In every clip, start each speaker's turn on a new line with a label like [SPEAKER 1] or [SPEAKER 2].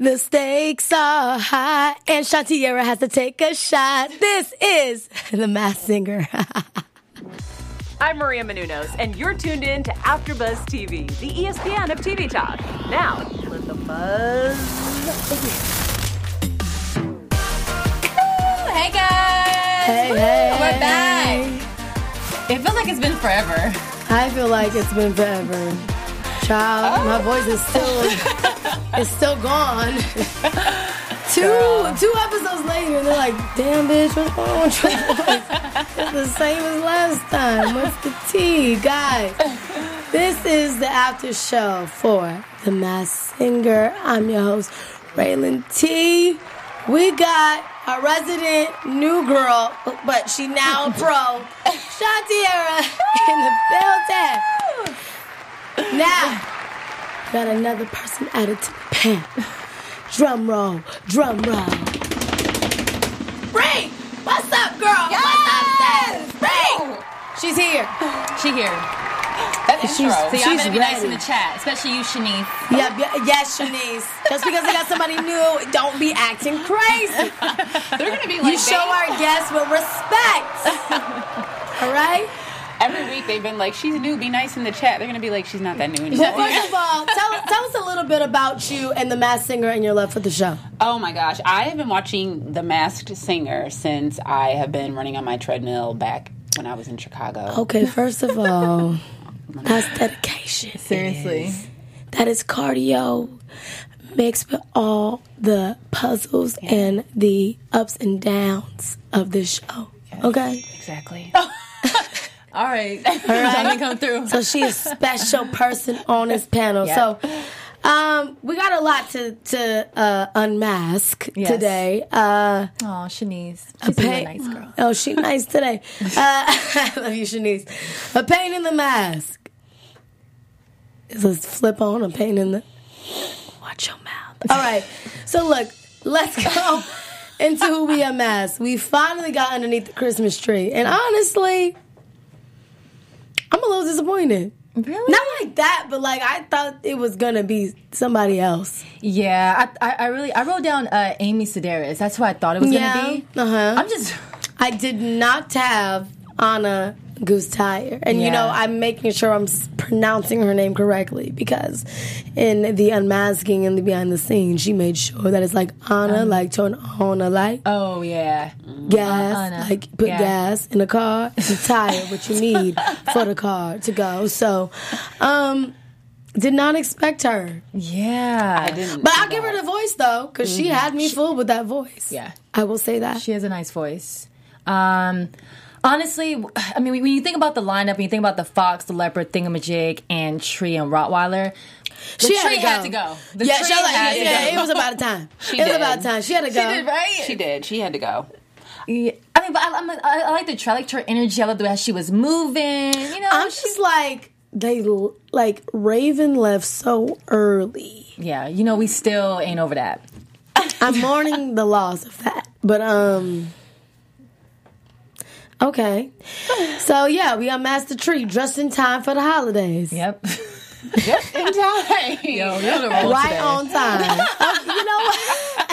[SPEAKER 1] The stakes are high, and Shantiera has to take a shot. This is the Mass Singer.
[SPEAKER 2] I'm Maria Menounos, and you're tuned in to AfterBuzz TV, the E ESPN of TV talk. Now, let the buzz begin.
[SPEAKER 3] Hey guys!
[SPEAKER 1] Hey,
[SPEAKER 3] Woo,
[SPEAKER 1] hey.
[SPEAKER 3] We're back. It feels like it's been forever.
[SPEAKER 1] I feel like it's been forever. Child, my voice is still it's still gone. two two episodes later, and they're like, damn bitch, what's going on with your voice? It's the same as last time. What's the tea? Guys, this is the after show for The Mass Singer. I'm your host, Raylan T. We got a resident new girl, but she now pro, Shantiera in the building. Now, got another person added to the pen. Drum roll, drum roll. Bree, what's up, girl? What's up, sis? Bree, she's here.
[SPEAKER 3] She here. That
[SPEAKER 1] She's-
[SPEAKER 3] intro. See, I'm
[SPEAKER 1] she's
[SPEAKER 3] gonna be nice
[SPEAKER 1] ready.
[SPEAKER 3] in the chat, especially you, Shanice.
[SPEAKER 1] Yep, y- yes, Shanice. Just because we got somebody new, don't be acting crazy.
[SPEAKER 3] They're gonna be like
[SPEAKER 1] You show our guests with respect. All right?
[SPEAKER 4] Every week they've been like, she's new, be nice in the chat. They're gonna be like, she's not that new
[SPEAKER 1] Well,
[SPEAKER 4] anymore.
[SPEAKER 1] first of all, tell, tell us a little bit about you and the Mass Singer and your love for the show.
[SPEAKER 4] oh my gosh, I have been watching The Masked Singer since I have been running on my treadmill back when I was in Chicago.
[SPEAKER 3] Oh.
[SPEAKER 1] Okay, first of all, that's dedication.
[SPEAKER 3] Seriously.
[SPEAKER 1] That is cardio mixed with all the puzzles and the ups and downs of this show. Okay?
[SPEAKER 4] Exactly.
[SPEAKER 3] All right. All right. Time to come through.
[SPEAKER 1] So she is a special person on this panel. So um, we got a lot to, to uh, unmask
[SPEAKER 3] Yes.
[SPEAKER 1] today. Uh,
[SPEAKER 3] Oh, Shanice. She's
[SPEAKER 1] pain-
[SPEAKER 3] a nice girl.
[SPEAKER 1] Oh, she nice today. Uh, I love you, Shanice. A pain in the mask. Is this flip on a pain in the? Watch your mouth. All right. So look, let's go into who we unmasked. We finally got underneath the Christmas tree, and honestly, I'm a little disappointed.
[SPEAKER 3] Really?
[SPEAKER 1] Not like that, but like I thought it was gonna be somebody else.
[SPEAKER 3] Yeah, I, I, I really I wrote down uh, Amy Sedaris. That's who I thought it was
[SPEAKER 1] Yeah,
[SPEAKER 3] gonna be.
[SPEAKER 1] uh-huh.
[SPEAKER 3] I'm just
[SPEAKER 1] I did not have Anna Goose Tire. And you
[SPEAKER 3] Yeah.
[SPEAKER 1] know, I'm making sure I'm s- pronouncing her name correctly because in the unmasking and the behind the scenes, she made sure that it's like Anna,
[SPEAKER 3] Um,
[SPEAKER 1] like turn on a light,
[SPEAKER 3] Oh yeah.
[SPEAKER 1] gas,
[SPEAKER 3] Anna.
[SPEAKER 1] like put
[SPEAKER 3] Yeah.
[SPEAKER 1] gas in the car, and tire what you need for the car to go. So, um, did not expect her.
[SPEAKER 3] Yeah.
[SPEAKER 4] I didn't.
[SPEAKER 1] But I'll give her the voice though, because she had me fooled with that voice.
[SPEAKER 3] Mm-hmm. Yeah.
[SPEAKER 1] I will say that.
[SPEAKER 3] She has a nice voice. Um, honestly, I mean, when you think about the lineup, when you think about the fox, the leopard, thingamajig, and tree and Rottweiler, the
[SPEAKER 1] she
[SPEAKER 3] tree
[SPEAKER 1] had to go.
[SPEAKER 3] had to go. The
[SPEAKER 1] yeah,
[SPEAKER 3] tree
[SPEAKER 1] she was like,
[SPEAKER 3] had to
[SPEAKER 1] yeah,
[SPEAKER 3] go.
[SPEAKER 1] it was about time. it
[SPEAKER 4] She
[SPEAKER 1] was
[SPEAKER 4] did.
[SPEAKER 1] about time. She had to go.
[SPEAKER 3] She did, right?
[SPEAKER 4] she did. She had to go.
[SPEAKER 3] Yeah. I mean, but I, I'm, I, I like the tree. I liked her energy. I loved the way she was moving. You know,
[SPEAKER 1] I'm
[SPEAKER 3] she-
[SPEAKER 1] just like they l- like Raven left so early.
[SPEAKER 3] yeah. You know, we still ain't over that.
[SPEAKER 1] I'm mourning the loss of that, but um. Okay, so yeah, we unmasked the tree just in time for the holidays.
[SPEAKER 3] Yep.
[SPEAKER 4] Just in time.
[SPEAKER 3] Yo, you're the roll
[SPEAKER 1] Right
[SPEAKER 3] today.
[SPEAKER 1] on time. Oh, you know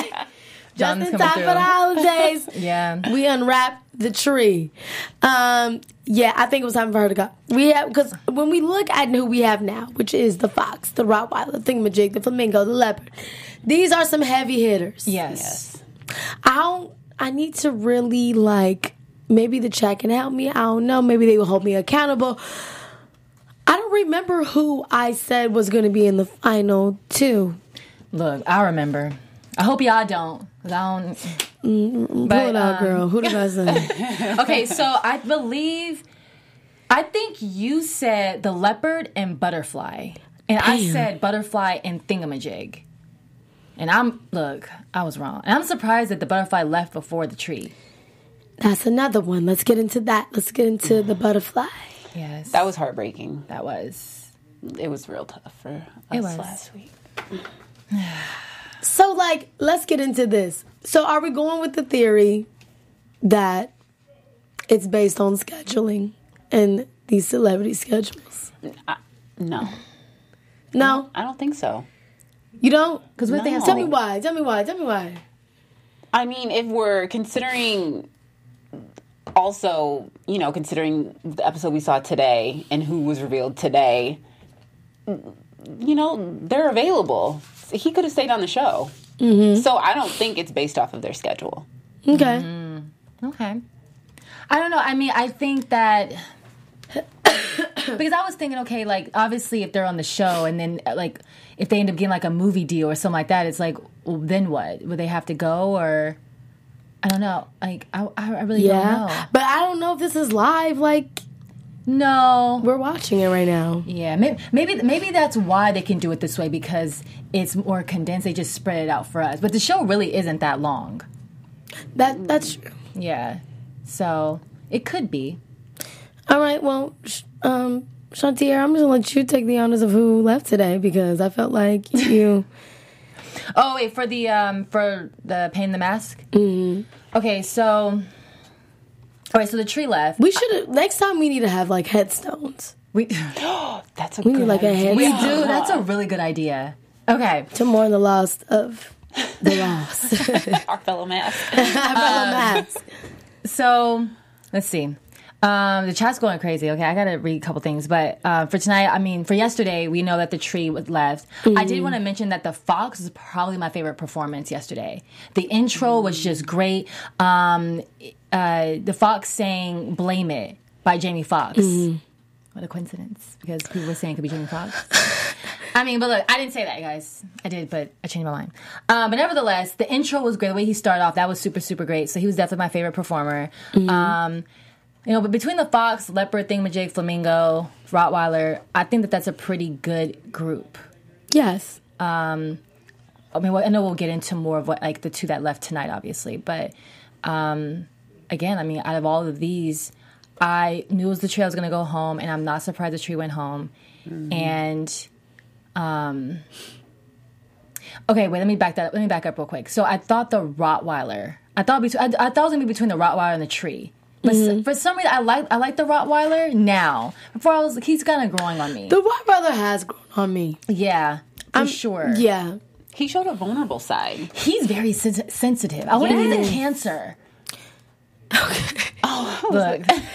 [SPEAKER 1] what? Just
[SPEAKER 3] John's
[SPEAKER 1] in
[SPEAKER 3] coming
[SPEAKER 1] time for the holidays.
[SPEAKER 3] Yeah.
[SPEAKER 1] we unwrapped the tree. Um, yeah, I think it was time for her to go. We have because when we look at who we have now, which is the fox, the Rottweiler, the thingamajig, the flamingo, the leopard. These are some heavy hitters.
[SPEAKER 3] Yes.
[SPEAKER 4] Yes.
[SPEAKER 1] I don't, I need to really like maybe the chat can help me. I don't know. Maybe they will hold me accountable. I don't remember who I said was going to be in the final two.
[SPEAKER 3] Look, I remember. I hope y'all don't. 'cause I don't.
[SPEAKER 1] Mm,
[SPEAKER 3] uh,
[SPEAKER 1] Pull it out, girl. Who did I say?
[SPEAKER 3] Okay, so I believe, I think you said the leopard and butterfly, and I
[SPEAKER 1] Damn.
[SPEAKER 3] said butterfly and thingamajig. And I'm look, I was wrong, and I'm surprised that the butterfly left before the tree.
[SPEAKER 1] That's another one. Let's get into that. Let's get into the butterfly.
[SPEAKER 3] Yes,
[SPEAKER 4] That was heartbreaking.
[SPEAKER 3] that was
[SPEAKER 4] It was real tough for us
[SPEAKER 3] It was.
[SPEAKER 4] last week.
[SPEAKER 1] So, like, let's get into this. So, are we going with the theory that it's based on scheduling and these celebrity schedules?
[SPEAKER 4] No,
[SPEAKER 1] No,
[SPEAKER 4] I don't think so.
[SPEAKER 1] You don't?
[SPEAKER 3] Because we're thinking
[SPEAKER 4] No.
[SPEAKER 1] Tell me why. Tell me why. Tell me why.
[SPEAKER 4] I mean, if we're considering also, you know, considering the episode we saw today and who was revealed today, you know, they're available. He could have stayed on the show.
[SPEAKER 1] Mm-hmm.
[SPEAKER 4] So I don't think it's based off of their schedule.
[SPEAKER 3] Mm-hmm.
[SPEAKER 1] Okay.
[SPEAKER 3] Okay. I don't know. I mean, I think that because I was thinking, okay, like obviously if they're on the show and then uh, like if they end up getting like a movie deal or something like that, it's like well, then what? Would they have to go or I don't know. Like I, I I really
[SPEAKER 1] Yeah. But I don't know if this is live. Like,
[SPEAKER 3] don't know. No.
[SPEAKER 1] we're watching it right now.
[SPEAKER 3] Yeah. Maybe, maybe maybe that's why they can do it this way because it's more condensed. They just spread it out for us. But the show really isn't that long.
[SPEAKER 1] That That's true.
[SPEAKER 3] Yeah. So it could be.
[SPEAKER 1] All right. Well, sh- um, Shantier, I'm just going to let you take the honors of who left today because I felt like you.
[SPEAKER 3] Oh wait, for the um for the paint the mask. Okay, so all right, so the tree left.
[SPEAKER 1] We should have, next time we need to have like headstones.
[SPEAKER 3] We we
[SPEAKER 4] That's a
[SPEAKER 1] We need
[SPEAKER 4] good
[SPEAKER 1] like a
[SPEAKER 4] idea.
[SPEAKER 1] headstone
[SPEAKER 3] do. That's a really good idea. Okay,
[SPEAKER 1] to mourn the loss of the loss.
[SPEAKER 4] our fellow mask.
[SPEAKER 1] I brought
[SPEAKER 3] Uh,
[SPEAKER 1] a mask.
[SPEAKER 3] so let's see. Um, the chat's going crazy. Okay, I gotta read a couple things, but uh, for tonight, I mean, for yesterday, we know that the tree was left. I did want to mention that the fox is probably my favorite performance yesterday. The intro was just great. Um, uh, the fox sang "Blame It" by Jamie Foxx. What a coincidence, because people were saying it could be Jamie Foxx. I mean, but look, I didn't say that, guys. I did, but I changed my mind. Um, but nevertheless, the intro was great. The way he started off, that was super, super great. So he was definitely my favorite performer. Um, you know, but between the fox, leopard, thingamajig, flamingo, Rottweiler, I think that that's a pretty good group.
[SPEAKER 1] Yes.
[SPEAKER 3] I mean, well, I know we'll get into more of what like the two that left tonight, obviously. But um, again, I mean, out of all of these, I knew it was the tree I was going to go home, and I'm not surprised the tree went home. And um, okay, wait, let me back that up. Let me back up real quick. So I thought the Rottweiler. I thought between, I, I thought it was going to be between the Rottweiler and the tree. But s- for some reason, I like I like the Rottweiler now. Before I was, he's kind of growing on me.
[SPEAKER 1] The White Brother has grown on me.
[SPEAKER 3] yeah, for sure.
[SPEAKER 1] Yeah.
[SPEAKER 4] He showed a vulnerable side.
[SPEAKER 3] He's very sen- sensitive. I want to be the cancer. Okay. Oh, look.
[SPEAKER 1] Auntie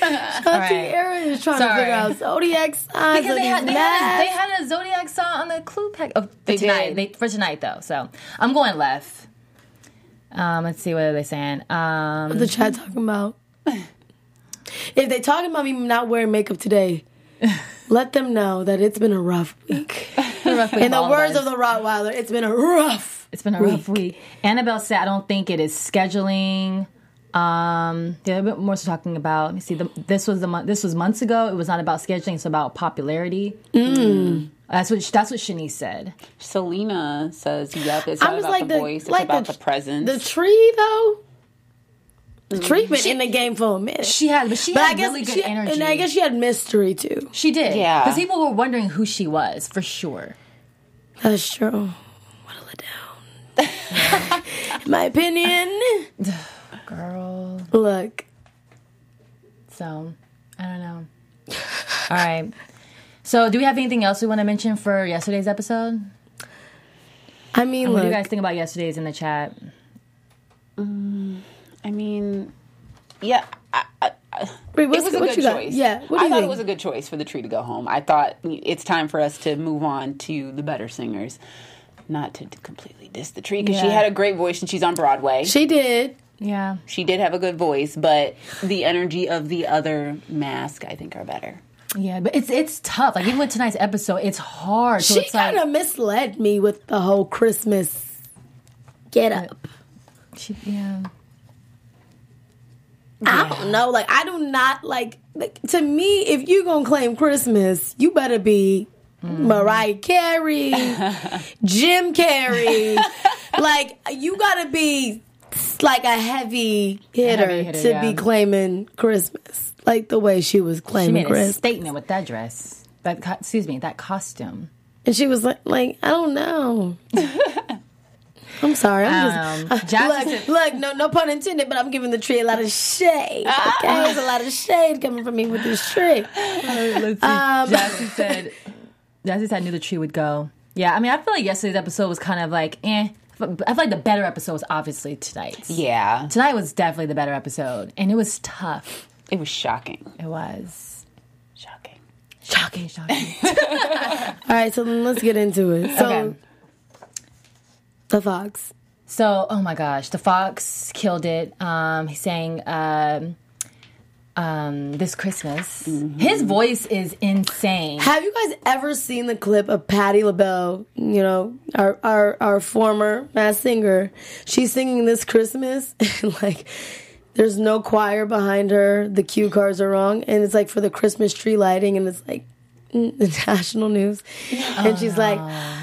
[SPEAKER 3] right.
[SPEAKER 1] Erin is trying to
[SPEAKER 3] Sorry.
[SPEAKER 1] figure out zodiac signs.
[SPEAKER 3] Because
[SPEAKER 1] of
[SPEAKER 3] they
[SPEAKER 1] these
[SPEAKER 3] had, they, had a, they
[SPEAKER 1] masks.
[SPEAKER 3] had a zodiac sign on the clue pack. Oh, for
[SPEAKER 4] They
[SPEAKER 3] tonight.
[SPEAKER 4] did.
[SPEAKER 3] They, for tonight, though. So I'm going left. Um, let's see what are they saying. Um,
[SPEAKER 1] the chat talking about. If they talking about me not wearing makeup today, let them know that it's been a rough week. In the words of the Rottweiler, it's been a rough.
[SPEAKER 3] it's been a rough week. Annabelle said, "I don't think it is scheduling." Um, the other bit more so talking about. Let me see. The, this was the month. This was months ago. It was not about scheduling. It's about popularity. That's what that's what Shanice said.
[SPEAKER 4] Selena says, "Yep, it's not
[SPEAKER 1] I'm just
[SPEAKER 4] about
[SPEAKER 1] like
[SPEAKER 4] the,
[SPEAKER 1] the-
[SPEAKER 4] voice. It's
[SPEAKER 1] like
[SPEAKER 4] about
[SPEAKER 1] the-
[SPEAKER 4] the, presence."
[SPEAKER 1] The tree though, the tree been in the game for a minute.
[SPEAKER 3] Mm-hmm. She had, but she
[SPEAKER 1] but
[SPEAKER 3] had
[SPEAKER 1] I guess
[SPEAKER 3] really good
[SPEAKER 1] she,
[SPEAKER 3] energy.
[SPEAKER 1] and I guess she had mystery too.
[SPEAKER 3] she did.
[SPEAKER 4] Yeah.
[SPEAKER 3] because people were wondering who she was for sure.
[SPEAKER 1] That's true. What a letdown. In my opinion,
[SPEAKER 3] Girl,
[SPEAKER 1] look,
[SPEAKER 3] so I don't know. All right. So, do we have anything else we want to mention for yesterday's episode?
[SPEAKER 1] I mean,
[SPEAKER 3] What
[SPEAKER 1] look,
[SPEAKER 3] do you guys think about yesterday's in the chat?
[SPEAKER 4] I mean, yeah. I, I, I-
[SPEAKER 1] Wait, what's-
[SPEAKER 4] it was a
[SPEAKER 1] what
[SPEAKER 4] good
[SPEAKER 1] you got?
[SPEAKER 4] choice.
[SPEAKER 1] Yeah, what do
[SPEAKER 4] I
[SPEAKER 1] you
[SPEAKER 4] thought
[SPEAKER 1] think?
[SPEAKER 4] it was a good choice for the tree to go home. I thought it's time for us to move on to the better singers, not to completely diss the tree because she
[SPEAKER 3] Yeah.
[SPEAKER 4] had a great voice and she's on Broadway. She,
[SPEAKER 1] she did.
[SPEAKER 3] Yeah,
[SPEAKER 4] did have a good voice, but the energy of the other mask, I think, are better.
[SPEAKER 3] yeah, but it's it's tough. Like even with tonight's episode, it's hard. So
[SPEAKER 1] She
[SPEAKER 3] it's like
[SPEAKER 1] kind of misled me with the whole Christmas get up.
[SPEAKER 3] she, yeah.
[SPEAKER 1] I don't know. Like, I do not like, like, to me, if you going to claim Christmas, you better be
[SPEAKER 3] Hmm.
[SPEAKER 1] Mariah Carey, Jim Carrey. like, you got to be like a heavy hitter,
[SPEAKER 3] heavy hitter,
[SPEAKER 1] to
[SPEAKER 3] yeah.
[SPEAKER 1] be claiming Christmas. Like the way she was
[SPEAKER 3] She
[SPEAKER 1] claiming
[SPEAKER 3] made a
[SPEAKER 1] Christmas.
[SPEAKER 3] statement with that dress. That co- excuse me, that costume.
[SPEAKER 1] and she was like, like, I don't know. I'm sorry. I'm just,
[SPEAKER 3] Um, Jazz
[SPEAKER 1] Look, look, no, no pun intended, but I'm giving the tree a lot of shade.
[SPEAKER 3] Ah.
[SPEAKER 1] Okay, there's a lot of shade coming from me with this tree.
[SPEAKER 3] Um, Let's see. Jassy said, Jassy said, I knew the tree would go. Yeah, I mean, I feel like yesterday's episode was kind of like, eh. But I feel like the better episode was obviously tonight's.
[SPEAKER 4] Yeah.
[SPEAKER 3] Tonight was definitely the better episode, and it was tough.
[SPEAKER 4] It was shocking.
[SPEAKER 3] It was
[SPEAKER 4] Shocking.
[SPEAKER 3] shocking, shocking.
[SPEAKER 1] All right, so then let's get into it. So
[SPEAKER 3] Okay.
[SPEAKER 1] the fox.
[SPEAKER 3] So, oh my gosh, the fox killed it. Um, he sang um, um, this Christmas.
[SPEAKER 1] Mm-hmm.
[SPEAKER 3] His voice is insane.
[SPEAKER 1] Have you guys ever seen the clip of Patti LaBelle? You know, our our our former mass singer. She's singing this Christmas, and like, there's no choir behind her. The cue cards are wrong, and it's like for the Christmas tree lighting, and it's like mm, the national news, and she's like.
[SPEAKER 3] Oh,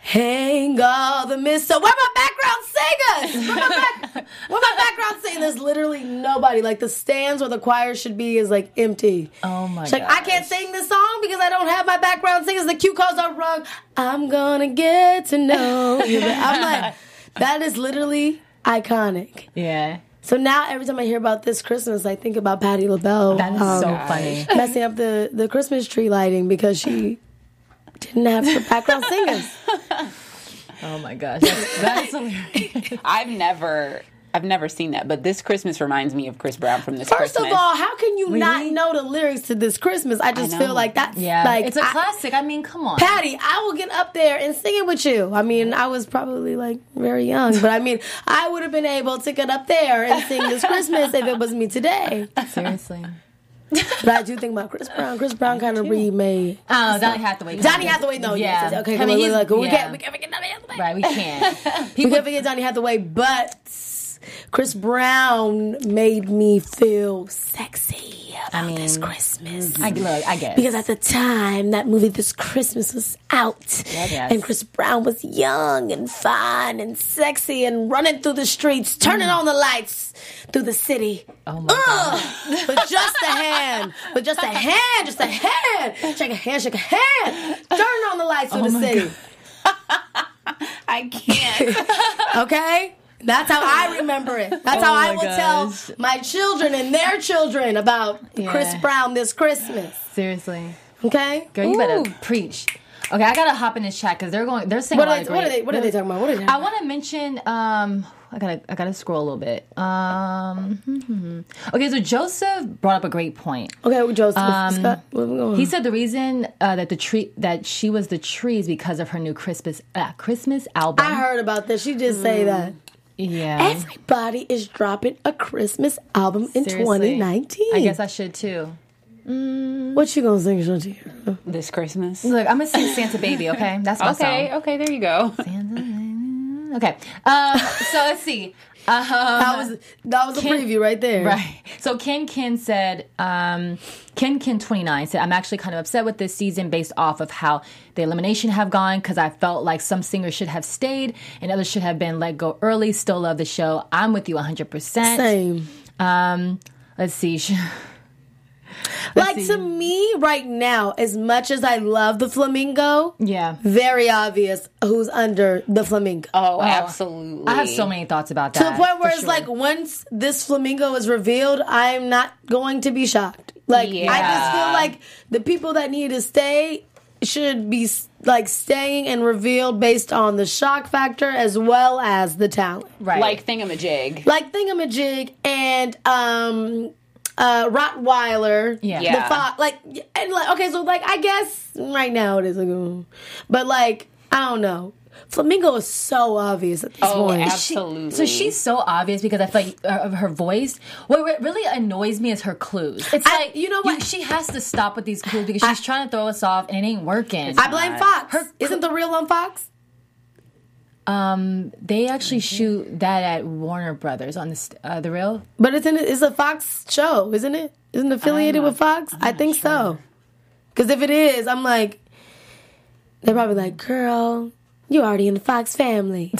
[SPEAKER 1] Hang all the mistletoe. Where my background singers? Where my, back- where my background singers? There's literally nobody. Like the stands where the choir should be is like empty.
[SPEAKER 3] Oh my
[SPEAKER 1] She's like, I can't sing this song because I don't have my background singers. The cue cards are wrong. I'm gonna get to know you. better." I'm like, that is literally iconic.
[SPEAKER 3] Yeah,
[SPEAKER 1] So now every time I hear about this Christmas, I think about Patti LaBelle
[SPEAKER 3] that is
[SPEAKER 1] um,
[SPEAKER 3] so funny.
[SPEAKER 1] messing up the, the Christmas tree lighting because she didn't have her background singers.
[SPEAKER 3] Oh my gosh, that's, that's hilarious.
[SPEAKER 4] I've never I've never seen that, but this Christmas reminds me of Chris Brown from this
[SPEAKER 1] First
[SPEAKER 4] Christmas.
[SPEAKER 1] of all, how can you not
[SPEAKER 3] Really?
[SPEAKER 1] know the lyrics to this Christmas? I just
[SPEAKER 4] I know.
[SPEAKER 1] feel like that's
[SPEAKER 3] Yeah,
[SPEAKER 1] like
[SPEAKER 3] it's a
[SPEAKER 1] I-
[SPEAKER 3] classic. I, mean, come on.
[SPEAKER 1] Patty, I will get up there and sing it with you. I mean, I was probably like very young, but I mean, I would have been able to get up there and sing this Christmas if it was me today.
[SPEAKER 3] Seriously.
[SPEAKER 1] But I do think about Chris Brown. Chris Brown kind of remade.
[SPEAKER 3] Oh, Donny Hathaway.
[SPEAKER 1] Donny Hathaway, no,
[SPEAKER 3] Yeah.
[SPEAKER 1] yeah. Yes, okay,
[SPEAKER 3] I
[SPEAKER 1] come
[SPEAKER 3] mean,
[SPEAKER 1] on,
[SPEAKER 3] he's-
[SPEAKER 1] like, we,
[SPEAKER 3] yeah.
[SPEAKER 1] can't, we can't forget Donny Hathaway.
[SPEAKER 3] Right, we can't.
[SPEAKER 1] We can't forget Donny Hathaway, but Chris Brown made me feel sexy about
[SPEAKER 3] mean, mm-hmm.
[SPEAKER 1] this Christmas.
[SPEAKER 3] I, look, I guess.
[SPEAKER 1] Because at the time that movie This Christmas was out,
[SPEAKER 3] yes.
[SPEAKER 1] and Chris Brown was young and fine and sexy and running through the streets, turning on the lights through the city.
[SPEAKER 3] Mm. Oh my
[SPEAKER 1] Ugh! With just a hand, with just a hand, just a hand, shake a hand, shake a hand, turning on the lights through the
[SPEAKER 3] Oh, my
[SPEAKER 1] city.
[SPEAKER 4] I can't.
[SPEAKER 1] Okay. That's how I remember it. That's how
[SPEAKER 3] Oh
[SPEAKER 1] I
[SPEAKER 3] my
[SPEAKER 1] will
[SPEAKER 3] gosh.
[SPEAKER 1] tell my children and their children about
[SPEAKER 3] Yeah.
[SPEAKER 1] Chris Brown this Christmas.
[SPEAKER 3] Seriously.
[SPEAKER 1] Okay?
[SPEAKER 3] Girl, you better
[SPEAKER 4] Ooh.
[SPEAKER 3] preach. Okay, I gotta hop in this chat because they're going. They're saying
[SPEAKER 1] What
[SPEAKER 3] a lot
[SPEAKER 1] are,
[SPEAKER 3] of
[SPEAKER 1] they,
[SPEAKER 3] great.
[SPEAKER 1] what, are they, what are they talking about? What are they
[SPEAKER 3] I want to mention. Um, I gotta. I gotta scroll a little bit. Um, hmm, hmm, hmm. okay, so Joseph brought up a great point.
[SPEAKER 1] Okay, well, Joseph,
[SPEAKER 3] Um,
[SPEAKER 1] Scott, where we going?
[SPEAKER 3] He said the reason uh, that the tree that she was the tree is because of her new Christmas uh, Christmas album.
[SPEAKER 1] I heard about this. She just
[SPEAKER 3] Hmm.
[SPEAKER 1] say that.
[SPEAKER 3] yeah.
[SPEAKER 1] Everybody is dropping a Christmas album in
[SPEAKER 3] Seriously.
[SPEAKER 1] 2019.
[SPEAKER 3] I guess I should too.
[SPEAKER 1] what you gonna sing, Shanti?
[SPEAKER 3] Um,
[SPEAKER 4] this Christmas.
[SPEAKER 3] Look, I'm gonna sing Santa Baby. Okay, that's my song.
[SPEAKER 4] Okay, okay, there you go.
[SPEAKER 3] Okay. Um, so let's see. Um,
[SPEAKER 1] That was that was a
[SPEAKER 3] Can-
[SPEAKER 1] preview right there.
[SPEAKER 3] Right. So Ken Ken said, um, Ken Ken 29 said, I'm actually kind of upset with this season based off of how the elimination have gone because I felt like some singers should have stayed and others should have been let go early. Still love the show. I'm with you 100%.
[SPEAKER 1] Same.
[SPEAKER 3] Um, let's see.
[SPEAKER 4] Oh,
[SPEAKER 1] Like to me right now, as much as I love the flamingo,
[SPEAKER 3] yeah.
[SPEAKER 1] very obvious who's under the flamingo.
[SPEAKER 4] Oh, absolutely.
[SPEAKER 3] I have so many thoughts about that.
[SPEAKER 1] to the point where
[SPEAKER 3] for
[SPEAKER 1] it's
[SPEAKER 3] sure.
[SPEAKER 1] like once this flamingo is revealed, I'm not going to be shocked. Like I just feel
[SPEAKER 4] Yeah.
[SPEAKER 1] like the people that need to stay should be like staying and revealed based on the shock factor as well as the talent.
[SPEAKER 3] right.
[SPEAKER 4] like thingamajig.
[SPEAKER 1] Like Thingamajig and um uh Rottweiler.
[SPEAKER 3] Yeah.
[SPEAKER 1] The
[SPEAKER 4] Yeah.
[SPEAKER 1] fo- like and like okay, so like I guess right now it is a good But like, I don't know. Flamingo is so obvious at this
[SPEAKER 4] Oh,
[SPEAKER 1] point.
[SPEAKER 3] She-
[SPEAKER 4] absolutely.
[SPEAKER 3] so she's so obvious because I feel like uh, of her voice. What re- really annoys me is her clues. It's
[SPEAKER 1] I-
[SPEAKER 3] like
[SPEAKER 1] you know what?
[SPEAKER 3] she has to stop with these clues because she's trying to throw us off and it ain't working.
[SPEAKER 1] I blame Fox. Isn't the real on Fox?
[SPEAKER 3] um, they actually shoot that at Warner Brothers on the st- uh, the real.
[SPEAKER 1] But it's in it's a Fox show, isn't it? Isn't it affiliated with Fox? I think so. Because if it is, I'm like, they're probably like, girl, you already in the Fox family.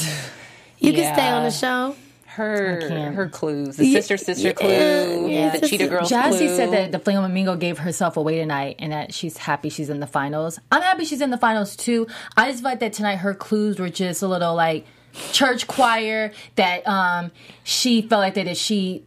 [SPEAKER 1] You can stay on
[SPEAKER 4] Yeah.
[SPEAKER 1] the show.
[SPEAKER 4] her
[SPEAKER 3] can't.
[SPEAKER 4] her clues. The sister sister
[SPEAKER 1] yeah,
[SPEAKER 4] clue.
[SPEAKER 1] yeah,
[SPEAKER 4] The
[SPEAKER 1] sister-
[SPEAKER 4] cheetah girls
[SPEAKER 3] Jazzy
[SPEAKER 4] clue.
[SPEAKER 3] said that the Flamingo Mingo gave herself away tonight and that she's happy she's in the finals. I'm happy she's in the finals too. I just feel like that tonight her clues were just a little like church choir that um she felt like that if she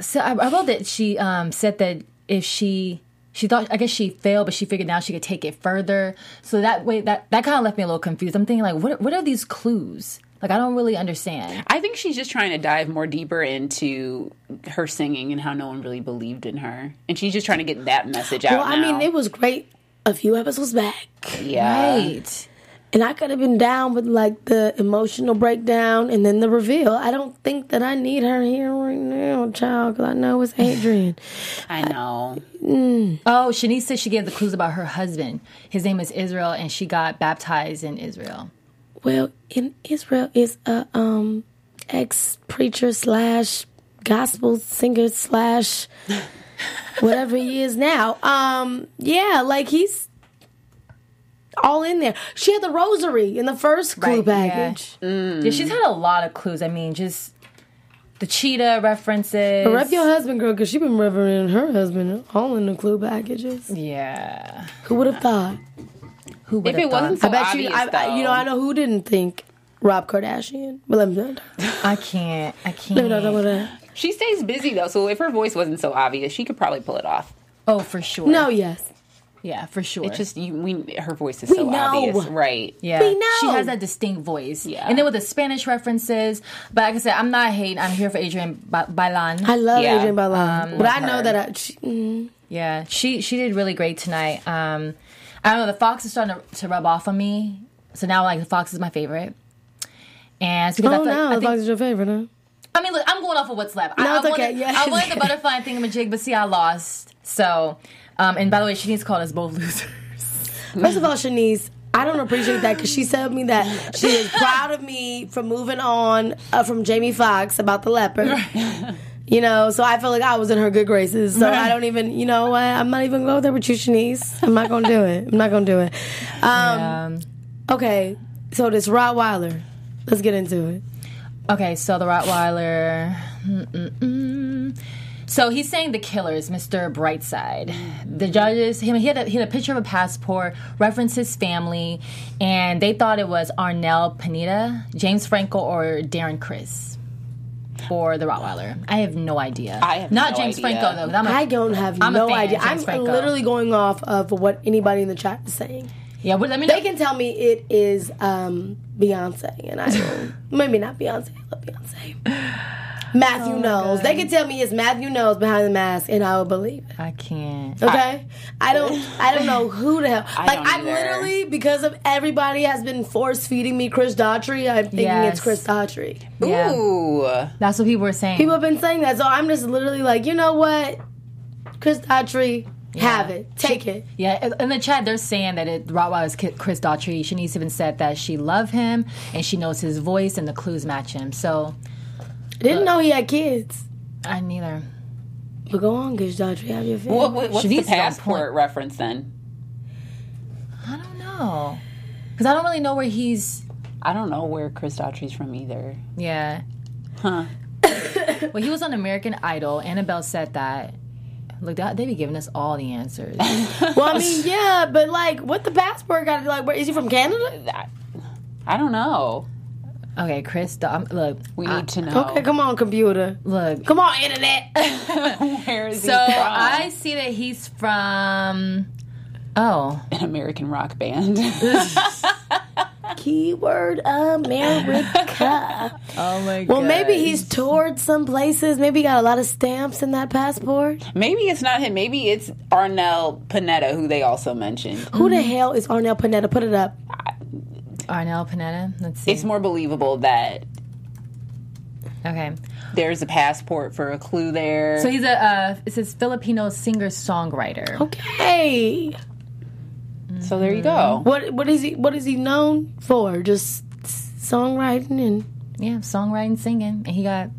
[SPEAKER 3] so I, I wrote that she um said that if she she thought I guess she failed, but she figured now she could take it further. So that way that that kind of left me a little confused. I'm thinking like, what what are these clues? Like I don't really understand.
[SPEAKER 4] I think she's just trying to dive more deeper into her singing and how no one really believed in her, and she's just trying to get that message out.
[SPEAKER 1] Well, I mean,
[SPEAKER 4] now.
[SPEAKER 1] it was great a few episodes back.
[SPEAKER 4] yeah.
[SPEAKER 3] Right.
[SPEAKER 1] And I could have been down with like the emotional breakdown and then the reveal. I don't think that I need her here right now, child, because I know it's Adrian.
[SPEAKER 4] I know.
[SPEAKER 3] Oh, Shanice says she gave the clues about her husband. His name is Israel, and she got baptized in Israel.
[SPEAKER 1] well, in Israel is a um ex preacher slash gospel singer slash whatever he is now. Um, yeah, like he's all in there. She had the rosary in the first clue
[SPEAKER 3] Right, yeah.
[SPEAKER 1] package.
[SPEAKER 3] Yeah, she's had a lot of clues. I mean, just the cheetah references.
[SPEAKER 1] Rep your husband, girl, because she been revering her husband all in the clue packages.
[SPEAKER 3] yeah.
[SPEAKER 1] Who would have thought?
[SPEAKER 3] Who would
[SPEAKER 4] If it wasn't
[SPEAKER 1] I
[SPEAKER 4] so
[SPEAKER 1] bet
[SPEAKER 4] obvious,
[SPEAKER 1] you. I, I, you know, I know who didn't think Rob Kardashian. But let me not
[SPEAKER 3] I can't. I
[SPEAKER 1] let me not talk about
[SPEAKER 3] can't.
[SPEAKER 1] that.
[SPEAKER 4] she stays busy though, so if her voice wasn't so obvious, she could probably pull it off.
[SPEAKER 3] Oh, for sure.
[SPEAKER 1] No, yes,
[SPEAKER 3] Yeah, for sure.
[SPEAKER 4] It's just you, we. Her voice is
[SPEAKER 1] We
[SPEAKER 4] so
[SPEAKER 1] know.
[SPEAKER 4] obvious, right?
[SPEAKER 3] Yeah,
[SPEAKER 1] We know.
[SPEAKER 3] she has that distinct voice.
[SPEAKER 4] Yeah.
[SPEAKER 3] and then with the Spanish references. But like I said, I'm not hating. I'm here for Adrian ba- Bailan.
[SPEAKER 1] I love
[SPEAKER 4] Yeah.
[SPEAKER 1] Adrian Balan, but
[SPEAKER 3] um, love
[SPEAKER 1] I know
[SPEAKER 3] her.
[SPEAKER 1] that I. She, mm,
[SPEAKER 3] Yeah, she she did really great tonight. Um, I don't know. The Fox is starting to, to rub off on me, so now like the Fox is my favorite. And it's because I
[SPEAKER 1] oh
[SPEAKER 3] feel like-
[SPEAKER 1] no,
[SPEAKER 3] I
[SPEAKER 1] as
[SPEAKER 3] think-
[SPEAKER 1] long as your favorite, huh?
[SPEAKER 3] I mean, look, I'm going off of what's left. I,
[SPEAKER 1] No, it's
[SPEAKER 3] I wanted,
[SPEAKER 1] okay. Yeah.
[SPEAKER 3] I wanted the butterfly thingamajig, but see, I lost. So, um, and by the way, she needs to call us both losers.
[SPEAKER 1] First of all, Shanice, I don't appreciate that because she told me that she is proud of me for moving on uh, from Jamie Foxx about the leopard. You know, so I feel like I was in her good graces. So I don't even, you know what? I'm not even going there with you, Shanice. I'm not going to do it. I'm not going to do it. Um,
[SPEAKER 3] Um,
[SPEAKER 1] Okay, so this Rottweiler. Let's get into it.
[SPEAKER 3] okay, so the Rottweiler. Mm-mm-mm. So he's saying the killers, Mr. Brightside. The judges, him, he had, a, he had a picture of a passport, referenced his family, and they thought it was Arnell Pineda, James Franco, or Darren Chris for the Rottweiler. I have no idea.
[SPEAKER 4] I have
[SPEAKER 3] Not
[SPEAKER 4] no
[SPEAKER 3] James
[SPEAKER 4] idea.
[SPEAKER 3] Franco, though. 'cause I'm a-
[SPEAKER 1] I don't have
[SPEAKER 3] I'm a
[SPEAKER 1] no
[SPEAKER 3] fan,
[SPEAKER 1] idea.
[SPEAKER 3] James
[SPEAKER 1] I'm
[SPEAKER 3] Franco.
[SPEAKER 1] literally going off of what anybody in the chat is saying.
[SPEAKER 3] yeah, well, let me know.
[SPEAKER 1] They can tell me it is um, Beyonce, and I don't. maybe not Beyonce. I love Beyonce. Matthew knows. They can tell me it's Matthew knows behind the mask, and I will believe. it,
[SPEAKER 3] I can't.
[SPEAKER 1] Okay, I, don't. I don't know who the hell. like
[SPEAKER 4] don't
[SPEAKER 1] I'm
[SPEAKER 4] either.
[SPEAKER 1] literally because of everybody has been force feeding me Chris Daughtry. I'm thinking it's
[SPEAKER 3] Yes.
[SPEAKER 1] Chris Daughtry.
[SPEAKER 3] Yeah.
[SPEAKER 4] Ooh.
[SPEAKER 3] That's what people were saying.
[SPEAKER 1] People have been saying that, so I'm just literally like, you know what, Chris Daughtry, have it, take it.
[SPEAKER 3] yeah, in- in the chat they're saying that it Rottweiler's Ki- Chris Daughtry. Shanice even said that she loved him and she knows his voice and the clues match him. So
[SPEAKER 1] Didn't know he had kids,
[SPEAKER 3] I neither.
[SPEAKER 1] but go on, Chris Daughtry, have your
[SPEAKER 4] What,
[SPEAKER 1] family.
[SPEAKER 4] what- what's
[SPEAKER 3] Shanice
[SPEAKER 4] the
[SPEAKER 3] is on
[SPEAKER 4] passport
[SPEAKER 3] point.
[SPEAKER 4] reference then?
[SPEAKER 3] I don't know because I don't really know where he's.
[SPEAKER 4] I don't know where Chris Daughtry's from either.
[SPEAKER 3] Yeah.
[SPEAKER 4] Huh.
[SPEAKER 3] Well, he was on American Idol. Annabelle said that. Look, that- they be giving us all the answers.
[SPEAKER 1] Well, I mean, yeah, but like, what the passport got to do? Like, where is he from? Canada?
[SPEAKER 4] That- I don't know.
[SPEAKER 3] Okay, Chris. Da- I'm- look,
[SPEAKER 4] We need to know.
[SPEAKER 1] Okay, come on, computer.
[SPEAKER 3] look.
[SPEAKER 1] Come on, internet.
[SPEAKER 4] Where is
[SPEAKER 3] So
[SPEAKER 4] he from?
[SPEAKER 3] I see that he's from. Oh,
[SPEAKER 4] An American rock band.
[SPEAKER 1] Keyword America.
[SPEAKER 3] oh my god.
[SPEAKER 1] well, maybe he's toured some places. Maybe he got a lot of stamps in that passport.
[SPEAKER 4] Maybe it's not him. Maybe it's Arnell Panetta, who they also mentioned.
[SPEAKER 1] Who the hell is Arnell Panetta? Put it up.
[SPEAKER 3] Arnell Panetta. Let's see.
[SPEAKER 4] It's more believable that
[SPEAKER 3] okay.
[SPEAKER 4] there's a passport for a clue there.
[SPEAKER 3] So he's a uh, it says Filipino singer
[SPEAKER 1] Oh.
[SPEAKER 3] songwriter.
[SPEAKER 1] Okay.
[SPEAKER 4] so there you go.
[SPEAKER 3] mm-hmm.
[SPEAKER 1] What what is he what is he known for? Just s- songwriting and
[SPEAKER 3] Yeah, songwriting, singing, and he got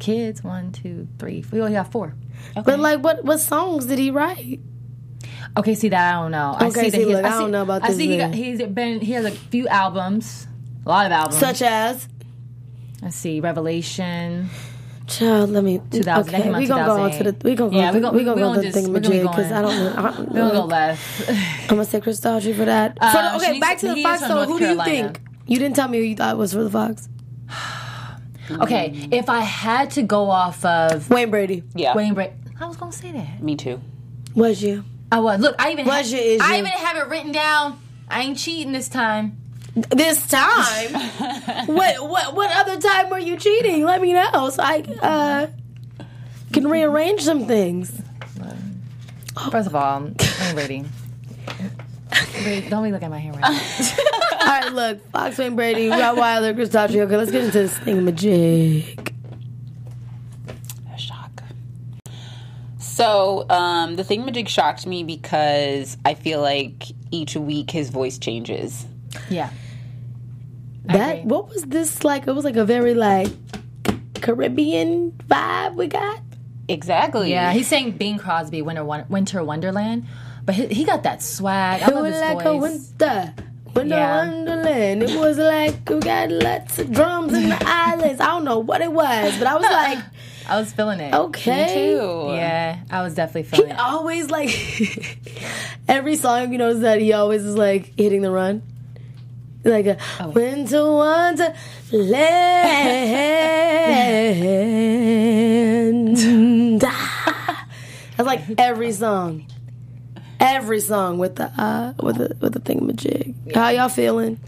[SPEAKER 3] kids. One, two, three. Four. He got four.
[SPEAKER 1] but like what what songs did he write?
[SPEAKER 3] Okay, see that I don't know. I
[SPEAKER 1] Okay,
[SPEAKER 3] see, that
[SPEAKER 1] see,
[SPEAKER 3] he-
[SPEAKER 1] look, I
[SPEAKER 3] see-
[SPEAKER 1] don't know about
[SPEAKER 3] I
[SPEAKER 1] this
[SPEAKER 3] see he
[SPEAKER 1] man.
[SPEAKER 3] got, he's been he has a few albums, a lot of albums.
[SPEAKER 1] Such as
[SPEAKER 3] I see Revelation.
[SPEAKER 1] Child, let me.
[SPEAKER 3] 2000, that
[SPEAKER 1] Okay,
[SPEAKER 3] came out
[SPEAKER 1] we gonna go on to the
[SPEAKER 3] 2008.
[SPEAKER 1] we gonna go
[SPEAKER 3] Yeah,
[SPEAKER 1] to,
[SPEAKER 3] we
[SPEAKER 1] we
[SPEAKER 3] gon-
[SPEAKER 1] gonna, we gonna
[SPEAKER 3] we
[SPEAKER 1] go
[SPEAKER 3] gon'
[SPEAKER 1] to the
[SPEAKER 3] just- we gon'
[SPEAKER 1] thingamajig
[SPEAKER 3] go
[SPEAKER 1] because I
[SPEAKER 3] in.
[SPEAKER 1] don't. know- I don't
[SPEAKER 3] We don't go
[SPEAKER 1] know.
[SPEAKER 3] left.
[SPEAKER 1] I'm gonna say Chris Daughtry for that. So,
[SPEAKER 3] Uh,
[SPEAKER 1] okay,
[SPEAKER 3] she's-
[SPEAKER 1] back to the
[SPEAKER 3] he is
[SPEAKER 1] Fox.
[SPEAKER 3] from
[SPEAKER 1] So
[SPEAKER 3] North
[SPEAKER 1] who do you
[SPEAKER 3] Carolina.
[SPEAKER 1] think? You didn't tell me who you thought was for the Fox.
[SPEAKER 3] okay, if I had to go off of
[SPEAKER 1] Wayne Brady
[SPEAKER 4] Yeah.
[SPEAKER 3] Wayne Brady, I was gonna say that.
[SPEAKER 4] Me too.
[SPEAKER 1] was you.
[SPEAKER 3] I was. Look, I even
[SPEAKER 1] What's
[SPEAKER 3] ha-
[SPEAKER 1] your issue?
[SPEAKER 3] I even have it written down. I ain't cheating this time.
[SPEAKER 1] This time, what what what other time were you cheating? Let me know so I uh, can rearrange some things.
[SPEAKER 3] First of all, I'm ready. Wait, don't be looking at my handwriting.
[SPEAKER 1] All right, look, Fox Wayne Brady, Rottweiler, Christopher. Okay, let's get into this thingamajig.
[SPEAKER 4] A shock. So um, the thingamajig shocked me because I feel like each week his voice changes.
[SPEAKER 3] Yeah.
[SPEAKER 1] That
[SPEAKER 3] agree.
[SPEAKER 1] what was this like? It was like a very like Caribbean vibe we got.
[SPEAKER 4] Exactly.
[SPEAKER 3] Yeah, he's saying Bing Crosby, Winter, Won- Winter Wonderland, but he, he got that swag. I
[SPEAKER 1] It
[SPEAKER 3] love
[SPEAKER 1] was
[SPEAKER 3] his
[SPEAKER 1] like a
[SPEAKER 3] voice.
[SPEAKER 1] winter. Winter
[SPEAKER 3] Yeah.
[SPEAKER 1] Wonderland. It was like we got lots of drums in the islands. I don't know what it was, but I was like,
[SPEAKER 3] I was feeling it.
[SPEAKER 1] okay.
[SPEAKER 4] Ew.
[SPEAKER 3] Yeah, I was definitely
[SPEAKER 1] He
[SPEAKER 3] feeling it.
[SPEAKER 1] always like every song you notice that he always is like hitting the run. Like a winter wonderland. That's like every song. Every song with the uh with the with the thingamajig. How y'all feeling?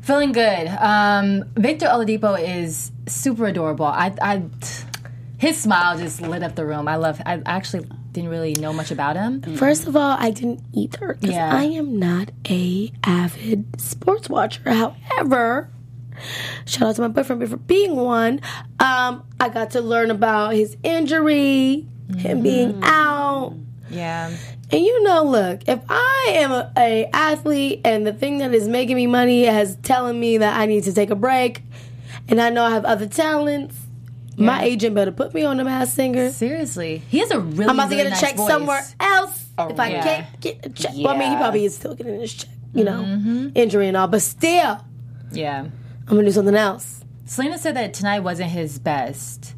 [SPEAKER 3] Feeling good. Um, Victor Oladipo is super adorable. I, I, his smile just lit up the room. I love. I actually didn't really know much about him.
[SPEAKER 1] First of all, I didn't either because
[SPEAKER 3] Yeah.
[SPEAKER 1] I am not a avid sports watcher. However, shout out to my boyfriend for being one. Um, I got to learn about his injury, him being out,
[SPEAKER 3] Yeah,
[SPEAKER 1] and you know, look, if I am a, a athlete and the thing that is making me money is telling me that I need to take a break, and I know I have other talents, my agent better put me on the mass singer.
[SPEAKER 3] seriously, he has a really.
[SPEAKER 1] I'm about to get
[SPEAKER 3] really
[SPEAKER 1] a
[SPEAKER 3] nice
[SPEAKER 1] check
[SPEAKER 3] voice. Oh,
[SPEAKER 1] somewhere else. If I
[SPEAKER 4] yeah.
[SPEAKER 1] can't get a check, well, I mean, he
[SPEAKER 4] Yeah.
[SPEAKER 1] probably is still getting his check, you know,
[SPEAKER 3] Mm-hmm.
[SPEAKER 1] injury and all. But still,
[SPEAKER 3] Yeah,
[SPEAKER 1] I'm gonna do something else.
[SPEAKER 3] Selena said that tonight wasn't his best.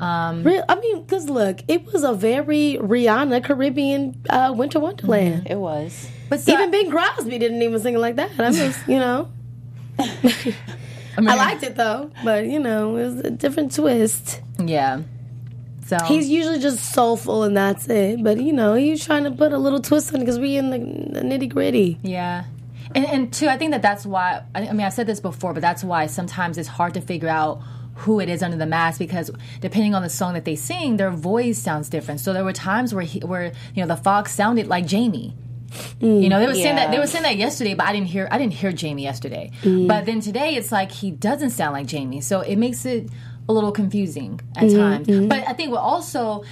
[SPEAKER 3] Um,
[SPEAKER 1] Real, I mean, because look, it was a very Rihanna Caribbean uh, Winter Wonderland.
[SPEAKER 4] It was.
[SPEAKER 3] but so-
[SPEAKER 1] Even Bing Crosby didn't even sing it like that. I just, you know, I liked it though, but you know, it was a different twist.
[SPEAKER 3] yeah. So
[SPEAKER 1] He's usually just soulful and that's it. But you know, he's trying to put a little twist on because we in the, the nitty gritty.
[SPEAKER 3] Yeah. And, and two, I think that that's why, I I mean, I've said this before, but that's why sometimes it's hard to figure out who it is under the mask because depending on the song that they sing, their voice sounds different. So there were times where, he, where you know, the Fox sounded like Jamie. You know, they were saying that they
[SPEAKER 4] yeah.
[SPEAKER 3] were saying that yesterday, but I didn't hear I didn't hear Jamie yesterday. But then today, it's like he doesn't sound like Jamie, so it makes it a little confusing at times. But I think what also,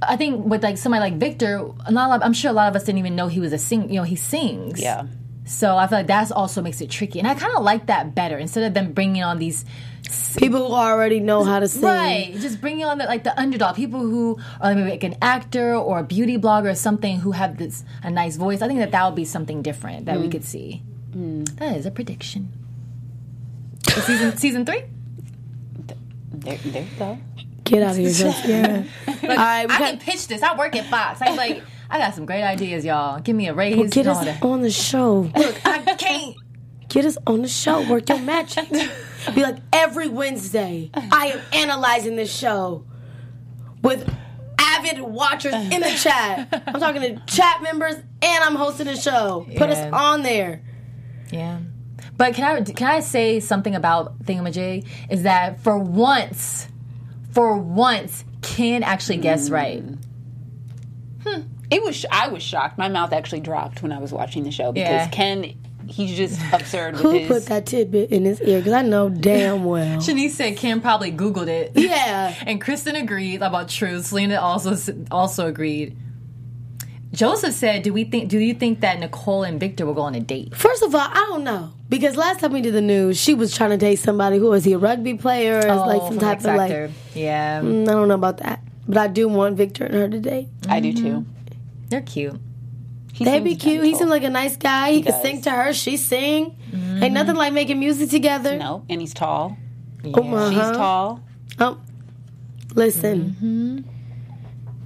[SPEAKER 3] I think with like somebody like Victor, not a lot, I'm sure a lot of us didn't even know he was a sing. You know, he sings.
[SPEAKER 4] Yeah.
[SPEAKER 3] So I feel like that's also makes it tricky, and I kind of like that better instead of them bringing on these
[SPEAKER 1] People who already know how to sing.
[SPEAKER 3] right, just bringing on the, like the underdog people who are maybe like an actor or a beauty blogger or something who have this a nice voice. I think that that would be something different that
[SPEAKER 1] Mm.
[SPEAKER 3] we could see. That is a prediction. For season season three.
[SPEAKER 4] There, there you go.
[SPEAKER 1] Get out of here, Jessica. All right, we got,
[SPEAKER 3] I can pitch this. I work at Fox. I'm like, I got some great ideas, y'all. Give me a raise.
[SPEAKER 1] get
[SPEAKER 3] and
[SPEAKER 1] us
[SPEAKER 3] all that.
[SPEAKER 1] on the show.
[SPEAKER 3] Look, I can't.
[SPEAKER 1] Get us on the show. Work your magic. Be like every Wednesday. I am analyzing this show with avid watchers in the chat. I'm talking to chat members, and I'm hosting the show. Put us
[SPEAKER 3] Yeah.
[SPEAKER 1] on there.
[SPEAKER 3] Yeah. But can I can I say something about Thingamajig? Is that for once, for once, Ken actually
[SPEAKER 1] Mm.
[SPEAKER 3] guessed right.
[SPEAKER 4] It was. I was shocked. My mouth actually dropped when I was watching the show because
[SPEAKER 3] Yeah.
[SPEAKER 4] Ken, he's just absurd with
[SPEAKER 1] Who
[SPEAKER 4] his.
[SPEAKER 1] put that tidbit in his ear? Because I know damn well.
[SPEAKER 3] Shanice said Ken probably Googled it.
[SPEAKER 1] Yeah.
[SPEAKER 3] And Kristen agreed about truth. Selena also s- also agreed. Joseph said, "Do we think? Do you think that Nicole and Victor will go on a date?"
[SPEAKER 1] First of all, I don't know because last time we did the news, she was trying to date somebody who was he a rugby player, or like some
[SPEAKER 3] Oh, from
[SPEAKER 1] type
[SPEAKER 3] X
[SPEAKER 1] of like. Mm.
[SPEAKER 3] Factor. yeah,
[SPEAKER 1] I don't know about that, but I do want Victor and her today.
[SPEAKER 4] I do too.
[SPEAKER 3] they're cute.
[SPEAKER 4] He
[SPEAKER 1] That'd be
[SPEAKER 4] seems
[SPEAKER 1] cute. He
[SPEAKER 4] gentle.
[SPEAKER 1] seemed like a nice guy. He, could
[SPEAKER 4] does.
[SPEAKER 1] sing to her. She sing. Ain't nothing like making music together.
[SPEAKER 4] no, and he's tall.
[SPEAKER 1] Oh, uh-huh.
[SPEAKER 4] She's tall.
[SPEAKER 1] Oh, listen. Mm-hmm.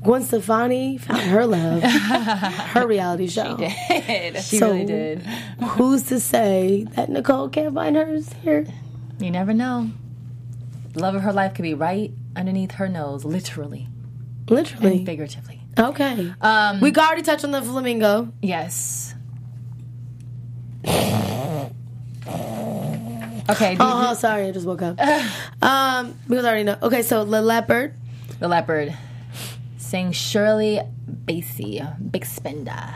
[SPEAKER 1] Gwen Stefani found her love, her reality show.
[SPEAKER 3] She
[SPEAKER 1] So-
[SPEAKER 3] really did.
[SPEAKER 1] Who's to say that Nicole can't find hers here?
[SPEAKER 3] You never know. Love of her life could be right underneath her nose, literally,
[SPEAKER 1] Literally.
[SPEAKER 3] figuratively.
[SPEAKER 1] Okay.
[SPEAKER 3] Um,
[SPEAKER 1] we already touched on the flamingo.
[SPEAKER 3] yes. Okay, the,
[SPEAKER 1] Oh, sorry, I just woke up. um, we already know. Okay, so the leopard.
[SPEAKER 3] the leopard. Sing Shirley Bassey, Big Spender.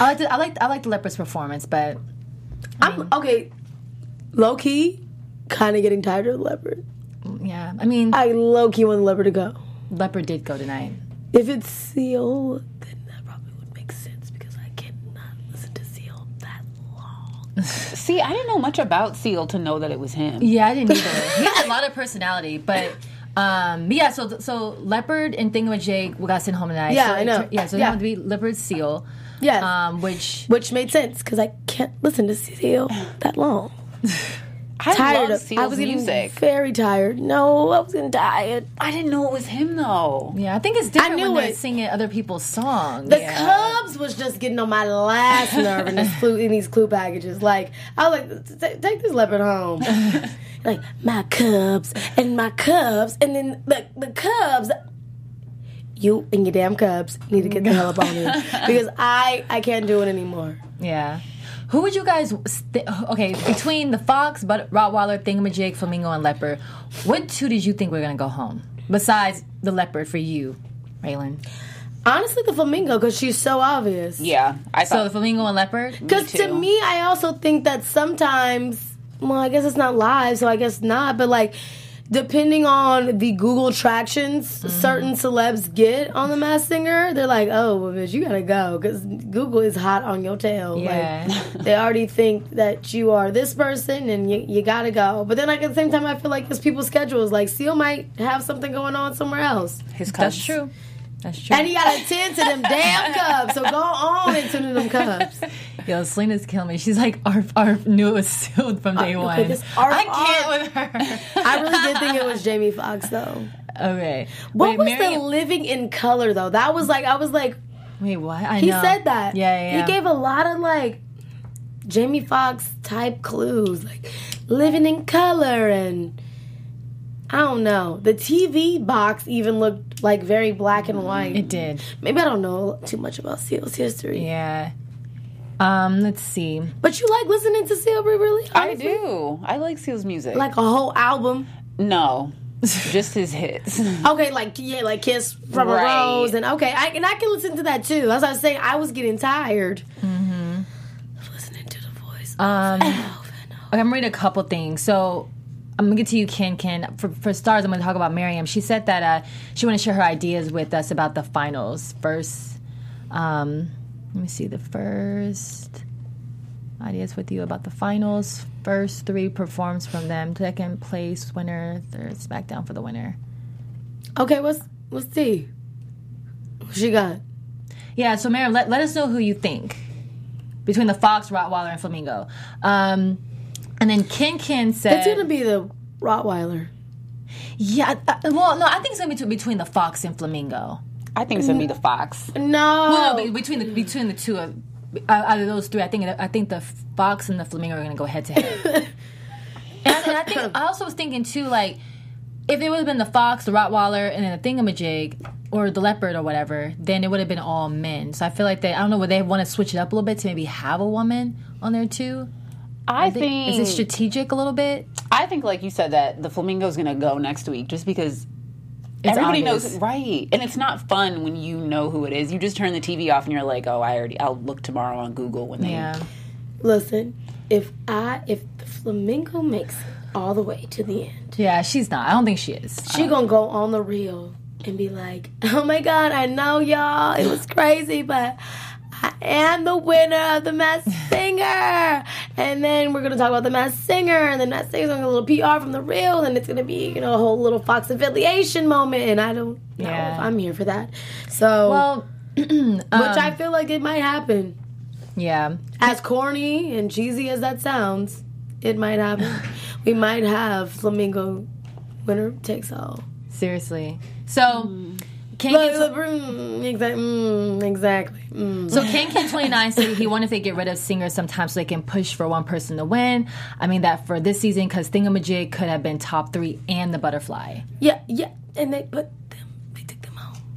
[SPEAKER 3] I like the, I like I like the leopard's performance, but
[SPEAKER 1] I'm okay. Low key, kind of getting tired of the leopard.
[SPEAKER 3] yeah, I mean
[SPEAKER 1] I low key want the leopard to go.
[SPEAKER 3] leopard did go tonight.
[SPEAKER 1] If it's Seal, then that probably would make sense because I cannot listen to Seal that long.
[SPEAKER 4] See, I didn't know much about Seal to know that it was him.
[SPEAKER 3] Yeah, I didn't either. he had a lot of personality, but um, yeah. So so leopard and Thingamajig got sent home tonight.
[SPEAKER 1] Yeah,
[SPEAKER 3] so
[SPEAKER 1] I
[SPEAKER 3] it
[SPEAKER 1] know.
[SPEAKER 3] tur- yeah, so
[SPEAKER 1] Yeah.
[SPEAKER 3] that would be leopard seal.
[SPEAKER 1] Yes.
[SPEAKER 4] Uh,
[SPEAKER 3] Um, which
[SPEAKER 1] which made sense because I can't listen to Seal that long.
[SPEAKER 4] I
[SPEAKER 1] Tired
[SPEAKER 4] love
[SPEAKER 1] of
[SPEAKER 4] Seal's
[SPEAKER 1] I was getting
[SPEAKER 4] music.
[SPEAKER 1] very tired. No, I was getting tired.
[SPEAKER 4] I didn't know it was him though.
[SPEAKER 3] yeah, I think it's different
[SPEAKER 1] knew
[SPEAKER 3] when they're
[SPEAKER 1] it.
[SPEAKER 3] singing other people's songs.
[SPEAKER 1] The
[SPEAKER 3] yeah.
[SPEAKER 1] Cubs was just getting on my last nerve in, this clue, in these clue packages. Like I was like, "Ta- take this leopard home. like my Cubs and my Cubs, and then the the Cubs. You and your damn Cubs need to get the hell up on here because I I can't do it anymore.
[SPEAKER 3] yeah. Who would you guys? St- okay, between the fox, but Rottweiler, Thingamajig, flamingo, and leopard, what two did you think were gonna go home besides the leopard for you, Raylan?
[SPEAKER 1] Honestly, the flamingo because she's so obvious.
[SPEAKER 4] Yeah, I
[SPEAKER 3] So
[SPEAKER 4] thought
[SPEAKER 3] the flamingo and leopard.
[SPEAKER 1] Because to
[SPEAKER 4] too.
[SPEAKER 1] me, I also think that sometimes, well, I guess it's not live, so I guess not, but like, depending on the Google tractions certain celebs get on The Masked Singer, they're like, oh, well, bitch, you gotta go, because Google is hot on your tail.
[SPEAKER 3] Yeah.
[SPEAKER 1] Like, they already think that you are this person and you, you gotta go. But then, like, at the same time, I feel like it's people's schedules. Like, Seal might have something going on somewhere else.
[SPEAKER 4] his
[SPEAKER 3] That's
[SPEAKER 4] cubs.
[SPEAKER 3] true. That's true.
[SPEAKER 1] And he gotta tend to them damn cubs, so go on and tend to them cubs.
[SPEAKER 3] Yo, Selena's killing me. She's like, arf, arf, knew it was sealed from day
[SPEAKER 1] Uh, okay,
[SPEAKER 3] one.
[SPEAKER 1] this arf,
[SPEAKER 3] I can't with her.
[SPEAKER 1] I really did think it was Jamie Foxx though.
[SPEAKER 3] okay.
[SPEAKER 1] What
[SPEAKER 3] wait,
[SPEAKER 1] was the
[SPEAKER 3] Miriam-
[SPEAKER 1] living in color though? That was like I was like
[SPEAKER 3] Wait, what? I
[SPEAKER 1] he
[SPEAKER 3] know.
[SPEAKER 1] said that.
[SPEAKER 3] Yeah, yeah.
[SPEAKER 1] He gave a lot of like Jamie Foxx type clues, like living in color and I don't know. The TV box even looked like very black and white.
[SPEAKER 3] It did.
[SPEAKER 1] Maybe I don't know too much about Seal's history.
[SPEAKER 3] Yeah. Um, let's see.
[SPEAKER 1] But you like listening to Seal Brie, really?
[SPEAKER 4] I
[SPEAKER 1] honestly?
[SPEAKER 4] do. I like Seal's music.
[SPEAKER 1] Like a whole album.
[SPEAKER 4] no, just his hits.
[SPEAKER 1] Okay, like yeah, like Kiss from
[SPEAKER 4] Right.
[SPEAKER 1] a Rose, and okay, I, and I can listen to that too. As I was saying, I was getting tired of listening to the voice.
[SPEAKER 3] Um, okay,
[SPEAKER 1] over and over.
[SPEAKER 3] I'm reading a couple things. So I'm gonna get to you, Ken. Ken, for, for stars, I'm gonna talk about Miriam. She said that uh, she wanted to share her ideas with us about the finals. First, um, let me see the first ideas with you about the finals. First three performs from them. Second place winner. Third SmackDown for the winner.
[SPEAKER 1] okay, what's what's T? What she got?
[SPEAKER 3] Yeah, so Mary, let, let us know who you think between the fox, Rottweiler, and flamingo. Um, and then Ken Ken said,
[SPEAKER 1] It's gonna be the Rottweiler.
[SPEAKER 3] "Yeah, I- I- well, no, I think it's gonna be t- between the fox and flamingo.
[SPEAKER 4] I think it's gonna be the fox.
[SPEAKER 1] No,
[SPEAKER 3] Well, no, be- between the between the two of uh, out of those three, I think it- I think the fox and the flamingo are gonna go head to head. And I- and I think I also was thinking too, like if it would have been the fox, the Rottweiler, and then the thingamajig, or the leopard, or whatever, then it would have been all men. So I feel like they, I don't know, would they want to switch it up a little bit to maybe have a woman on there too?
[SPEAKER 4] I
[SPEAKER 3] They- Is
[SPEAKER 4] think.
[SPEAKER 3] it strategic a little bit?
[SPEAKER 4] I think, like you said, that the flamingo's gonna go next week just because everybody
[SPEAKER 3] obvious.
[SPEAKER 4] knows, right? And it's not fun when you know who it is. You just turn the TV off and you're like, oh, I already. I'll look tomorrow on Google when they.
[SPEAKER 3] Yeah.
[SPEAKER 1] listen, if I if the flamingo makes it all the way to the end,
[SPEAKER 3] Yeah, she's not. I don't think she is.
[SPEAKER 1] she gonna go on the reel and be like, "Oh my God, I know y'all, it was crazy, but." I am the winner of the Masked Singer. And then we're gonna talk about the Masked Singer, and the Masked Singer's gonna get a little PR from the reel, and it's gonna be you know a whole little Fox affiliation moment. And I don't know
[SPEAKER 3] Yeah.
[SPEAKER 1] if I'm here for that. So,
[SPEAKER 3] Well, um,
[SPEAKER 1] which I feel like it might happen.
[SPEAKER 3] yeah.
[SPEAKER 1] As corny and cheesy as that sounds, it might happen. we might have flamingo winner takes all.
[SPEAKER 3] Seriously. So, Ken
[SPEAKER 1] Look,
[SPEAKER 3] Ken-
[SPEAKER 1] look, mm, exactly. Mm, exactly. Mm.
[SPEAKER 3] So Ken Ken 29 said he wanted to get rid of singers sometimes so they can push for one person to win. I mean that for this season because Thingamajig could have been top three and the Butterfly.
[SPEAKER 1] Yeah, yeah. And they put them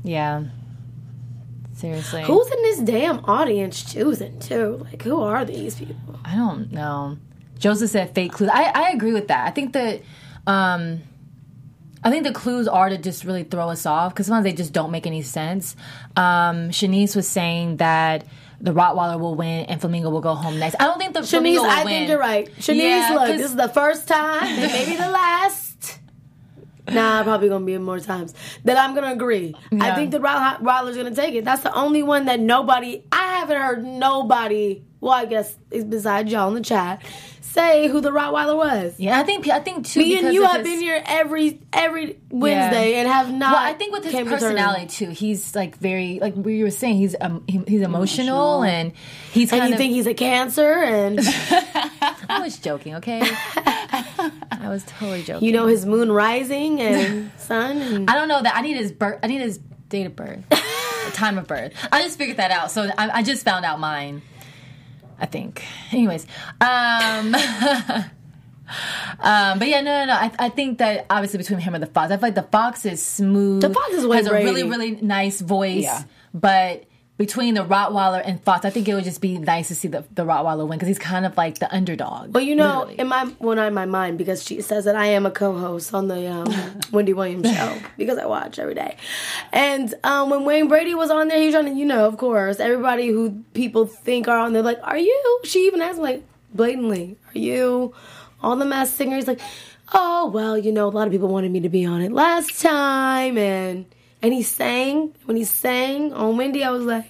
[SPEAKER 3] Yeah. Seriously.
[SPEAKER 1] Who's in this damn audience choosing too? Like, who are these people?
[SPEAKER 3] I don't know. Joseph said fake clues. I, I agree with that. I think that um I think the clues are to just really throw us off because sometimes they just don't make any sense. Um Shanice was saying that the Rottweiler will win and Flamingo will go home next. I don't think the
[SPEAKER 1] Shanice,
[SPEAKER 3] Flamingo will
[SPEAKER 1] I
[SPEAKER 3] win.
[SPEAKER 1] think you're right. Shanice,
[SPEAKER 3] Yeah,
[SPEAKER 1] look,
[SPEAKER 3] 'cause-
[SPEAKER 1] this is the first time, and maybe the last. Nah, probably gonna be more times that I'm gonna agree. I
[SPEAKER 3] Yeah.
[SPEAKER 1] think the Rot- Rottweiler's gonna take it. That's the only one that nobody. I haven't heard nobody. Well, I guess it's besides y'all in the chat. Say who the Rottweiler was.
[SPEAKER 3] Yeah, I think I think too.
[SPEAKER 1] Me and
[SPEAKER 3] because
[SPEAKER 1] you
[SPEAKER 3] of
[SPEAKER 1] have
[SPEAKER 3] his-
[SPEAKER 1] been here every every Wednesday and have not.
[SPEAKER 3] Well, I think with his
[SPEAKER 1] came to terms.
[SPEAKER 3] personality too, he's like very like we were saying he's um, he- he's emotional, and he's kind
[SPEAKER 1] and you
[SPEAKER 3] of.
[SPEAKER 1] think he's a cancer, and
[SPEAKER 3] I was joking, okay? I was totally joking.
[SPEAKER 1] you know his moon rising and sun. And
[SPEAKER 3] I don't know that I need his birth. I need his date of birth, time of birth. I just figured that out, so I, I just found out mine. I think. Anyways, um, um, but yeah, no, no, no. I, I think that obviously between him and the fox, I feel like the fox is smooth.
[SPEAKER 1] The fox is way
[SPEAKER 3] has a really,
[SPEAKER 1] Brady.
[SPEAKER 3] really nice voice,
[SPEAKER 4] Yeah.
[SPEAKER 3] but. Between the Rottweiler and Fox, I think it would just be nice to see the, the Rottweiler win because he's kind of like the underdog.
[SPEAKER 1] but you know,
[SPEAKER 3] literally.
[SPEAKER 1] in my well, not in my mind, because she says that I am a co-host on the um, Wendy Williams show because I watch every day. And um, when Wayne Brady was on there, he was trying to, you know, of course, everybody who people think are on there, like, are you? She even asked, him, like, blatantly, are you? All the mass singers, like, oh well, you know, a lot of people wanted me to be on it last time, and and he sang when he sang on Wendy, I was like.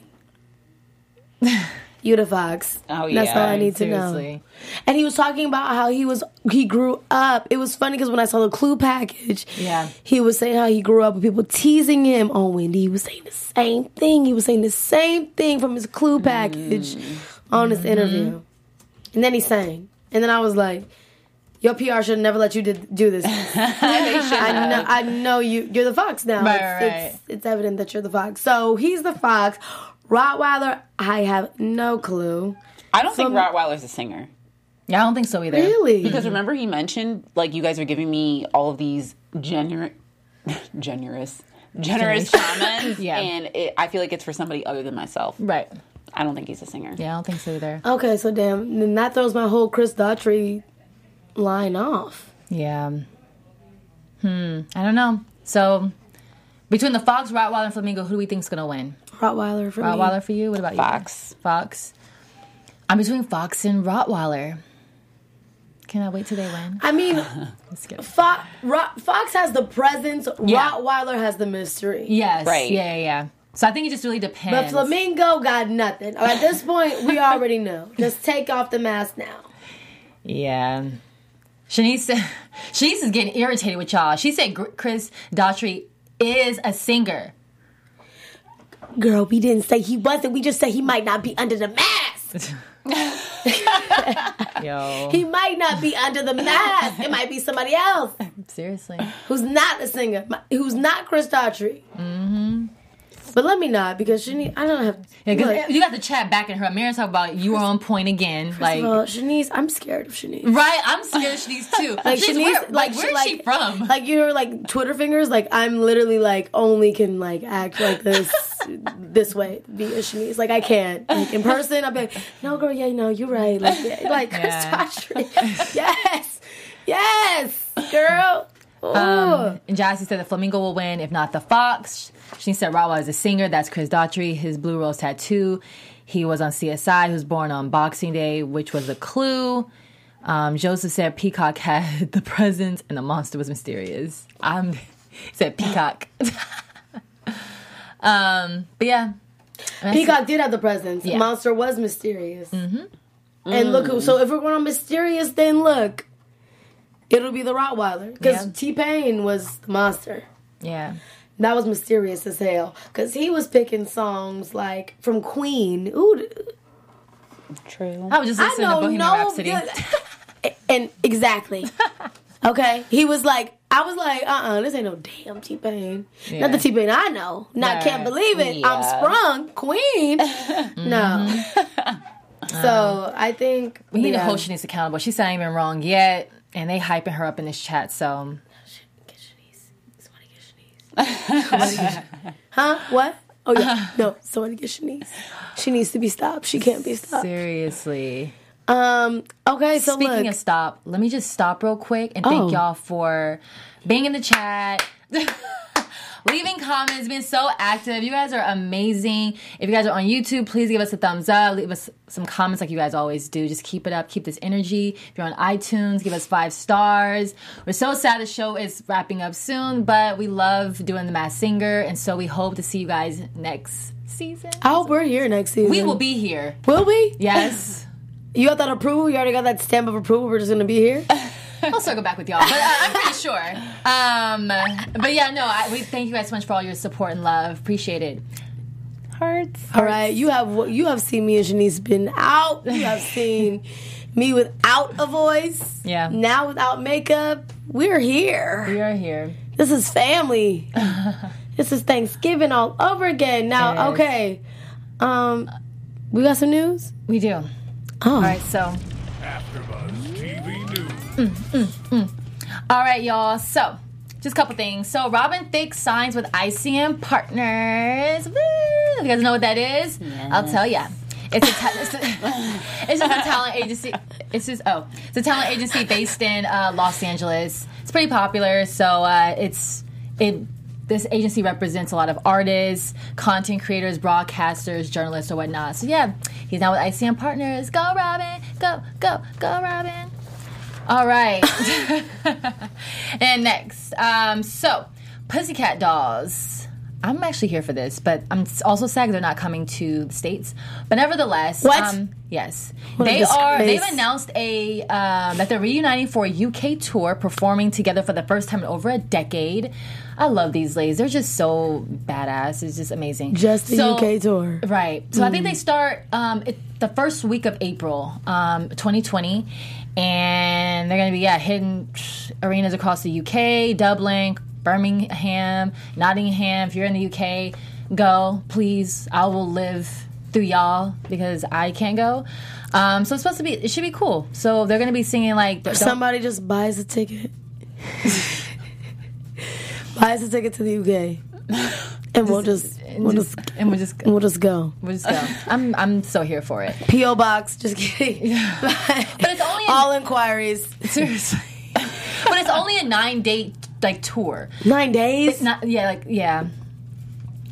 [SPEAKER 1] You the fox.
[SPEAKER 4] Oh,
[SPEAKER 1] That's all
[SPEAKER 4] yeah,
[SPEAKER 1] I need to know.
[SPEAKER 3] seriously.
[SPEAKER 1] And he was talking about how he was he grew up. It was funny because when I saw the clue package,
[SPEAKER 3] Yeah.
[SPEAKER 1] he was saying how he grew up with people teasing him. Oh, Wendy, he was saying the same thing. He was saying the same thing from his clue package
[SPEAKER 3] Mm-hmm.
[SPEAKER 1] on this interview, and then he sang. And then I was like, "Your PR should never let you did, do this. I know, I know you. You're the fox now.
[SPEAKER 3] Right,
[SPEAKER 1] it's,
[SPEAKER 3] right,
[SPEAKER 1] It's, it's evident that you're the fox. So he's the fox. Rottweiler, I have no clue.
[SPEAKER 4] I don't think Rottweiler's a singer.
[SPEAKER 3] yeah, I don't think so either.
[SPEAKER 1] Really?
[SPEAKER 4] Because
[SPEAKER 3] Mm-hmm.
[SPEAKER 4] remember he mentioned like you guys were giving me all of these gener- generous generous comments
[SPEAKER 3] Yeah.
[SPEAKER 4] and it, I feel like it's for somebody other than myself.
[SPEAKER 3] Right.
[SPEAKER 4] I don't think he's a singer.
[SPEAKER 3] Yeah, I don't think so either.
[SPEAKER 1] Okay, so damn, then that throws my whole Chris Daughtry line off.
[SPEAKER 3] Yeah. Hmm. I don't know. So between the Fox, Rottweiler, and Flamingo, who do we think's gonna win?
[SPEAKER 1] Rottweiler for me.
[SPEAKER 3] Rottweiler for you? What about you?
[SPEAKER 4] Fox.
[SPEAKER 3] Fox. I'm between Fox and Rottweiler. Can I wait till they win?
[SPEAKER 1] I mean,
[SPEAKER 3] Let's get
[SPEAKER 1] Fo- Ro- Fox has the presence.
[SPEAKER 3] Yeah.
[SPEAKER 1] Rottweiler has the mystery.
[SPEAKER 3] Yes.
[SPEAKER 4] Right.
[SPEAKER 3] Yeah, yeah, yeah. So I think it just really
[SPEAKER 1] But
[SPEAKER 3] depends.
[SPEAKER 1] Flamingo got nothing. Or At this point, we already know. Just take off the mask now.
[SPEAKER 3] Yeah. Shanice, Shanice is getting irritated with y'all. She said Gr- Chris Daughtry is a singer.
[SPEAKER 1] Girl, we didn't say he wasn't. We just said he might not be under the mask.
[SPEAKER 3] Yo.
[SPEAKER 1] He might not be under the mask. It might be somebody else
[SPEAKER 3] Seriously.
[SPEAKER 1] who's not a singer, my- who's not Chris Daughtry. Mm-hmm. But let me not because Shanice, I don't have.
[SPEAKER 3] Yeah, 'cause
[SPEAKER 1] Look,
[SPEAKER 3] you got the chat back in her. Miriam talk about you are on point again. Like
[SPEAKER 1] well, Shanice, I'm scared of Shanice.
[SPEAKER 3] Right, I'm scared of Shanice too.
[SPEAKER 1] Like
[SPEAKER 3] Shanice,
[SPEAKER 1] Shanice,
[SPEAKER 3] where, like,
[SPEAKER 1] like
[SPEAKER 3] where's she
[SPEAKER 1] like-
[SPEAKER 3] from?
[SPEAKER 1] Like you're like Twitter fingers. Like I'm literally like only can like act like this this way via Shanice. Like I can't like in person. I'll be like, no girl, yeah, no, you're right. Like yeah, like Chris
[SPEAKER 3] Yeah.
[SPEAKER 1] Daughtry. yes, yes, girl. Ooh.
[SPEAKER 3] Um, and Jazzy said the flamingo will win, if not the fox. She said Rawa is a singer. That's Chris Daughtry. His blue rose tattoo. He was on CSI. He was born on Boxing Day, which was a clue. Um, Joseph said Peacock had the presence and the monster was mysterious. I'm he said Peacock. um, but yeah,
[SPEAKER 1] Peacock did have the presence.
[SPEAKER 3] Yeah. Mm-hmm. Mm.
[SPEAKER 1] Monster was mysterious. And look who. So if we're going on mysterious, then look, it'll be the Rottweiler because
[SPEAKER 3] Yeah.
[SPEAKER 1] T Pain was the monster.
[SPEAKER 3] yeah,
[SPEAKER 1] That was mysterious as hell because he was picking songs like from Queen. Ooh,
[SPEAKER 4] True.
[SPEAKER 3] I was just
[SPEAKER 1] I
[SPEAKER 3] listening to
[SPEAKER 1] know
[SPEAKER 3] Bohemian
[SPEAKER 1] no
[SPEAKER 3] Rhapsody.
[SPEAKER 1] good- and exactly. Okay, he was like, I was like, uh, uh this ain't no damn T Pain.
[SPEAKER 3] Yeah.
[SPEAKER 1] Not the T Pain I know. Not
[SPEAKER 3] Right.
[SPEAKER 1] can't believe it. I'm
[SPEAKER 4] Yeah.
[SPEAKER 1] sprung, Queen. No. so I think
[SPEAKER 3] Mm-hmm. Um, We need
[SPEAKER 1] yeah.
[SPEAKER 3] to hold Shanice accountable. She's not even wrong yet, and they hyping her up in this chat. So
[SPEAKER 1] Get Shanice. Just wanna get Shanice. huh? What? Oh yeah. No, someone get Shanice. She needs to be stopped. She can't be stopped.
[SPEAKER 3] Seriously.
[SPEAKER 1] Um. Okay. So
[SPEAKER 3] Speaking
[SPEAKER 1] look.
[SPEAKER 3] of stop, let me just stop real quick and thank
[SPEAKER 1] Oh.
[SPEAKER 3] y'all for being in the chat. Leaving comments, being so active. You guys are amazing. If you guys are on YouTube, please give us a thumbs up. Leave us some comments like you guys always do. Just keep it up. Keep this energy. If you're on iTunes, give us five stars. We're so sad the show is wrapping up soon, but we love doing The Mass Singer, and so we hope to see you guys next season.
[SPEAKER 1] I hope we're here next season.
[SPEAKER 3] We will be here.
[SPEAKER 1] Will we?
[SPEAKER 3] Yes.
[SPEAKER 1] You got that approval? You already got that stamp of approval. We're just gonna be here.
[SPEAKER 3] I'll circle back with y'all, but uh, I'm pretty sure. Um, but yeah, no, I, we thank you guys so much for all your support and love. Appreciate it.
[SPEAKER 4] Hearts.
[SPEAKER 1] All right. You have you have seen me and Shanice been out. You have seen me without a voice.
[SPEAKER 3] Yeah.
[SPEAKER 1] Now without makeup, we're here.
[SPEAKER 3] We are here.
[SPEAKER 1] This is family. this is Thanksgiving all over again. Now,
[SPEAKER 3] It is.
[SPEAKER 1] okay. Um, we got some news.
[SPEAKER 3] We do. All
[SPEAKER 1] Oh. All
[SPEAKER 3] right, so
[SPEAKER 5] AfterBuzz TV News.
[SPEAKER 3] all right, y'all. So just a couple things. So Robin Thicke signs with ICM Partners. Woo! If you guys know what that is, I'll tell ya. It's a, ta- it's, a- it's just a talent agency. It's just oh, it's a talent agency based in uh, Los Angeles. It's pretty popular, so uh, it's it this agency represents a lot of artists, content creators, broadcasters, journalists, or whatnot. So yeah, he's now with ICM Partners. Go Robin, go go go Robin. All right. and next, um, so Pussycat Dolls. I'm actually here for this, but I'm s- also sad they're not coming to the states. But nevertheless,
[SPEAKER 1] What?
[SPEAKER 3] Um, yes,
[SPEAKER 1] a
[SPEAKER 3] they are. They've
[SPEAKER 1] disgrace.
[SPEAKER 3] announced a um, that they're reuniting for a UK tour, performing together for the first time in over a decade. I love these ladies; they're just so badass. It's just amazing.
[SPEAKER 1] Just the
[SPEAKER 3] So-
[SPEAKER 1] UK tour.
[SPEAKER 3] right? So I think they start um, it, the first week of April, um, 2020, and they're going to be yeah hitting arenas across the UK, Dublin, Birmingham, Nottingham. If you're in the UK, go please. I will live through y'all because I can't go. Um, so it's supposed to be it should be cool. So they're going to be singing like don't-
[SPEAKER 1] Somebody just buys a ticket. buys a ticket to the UK. And we'll just we'll just
[SPEAKER 3] and we'll just
[SPEAKER 1] we'll just go.
[SPEAKER 3] we'll just go. I'm I'm so here for it.
[SPEAKER 1] P.O. box, just kidding.
[SPEAKER 3] But it's only in-
[SPEAKER 1] all inquiries.
[SPEAKER 3] Seriously. but it's only a nine date like tour.
[SPEAKER 1] Nine days.
[SPEAKER 3] Not yeah, like yeah.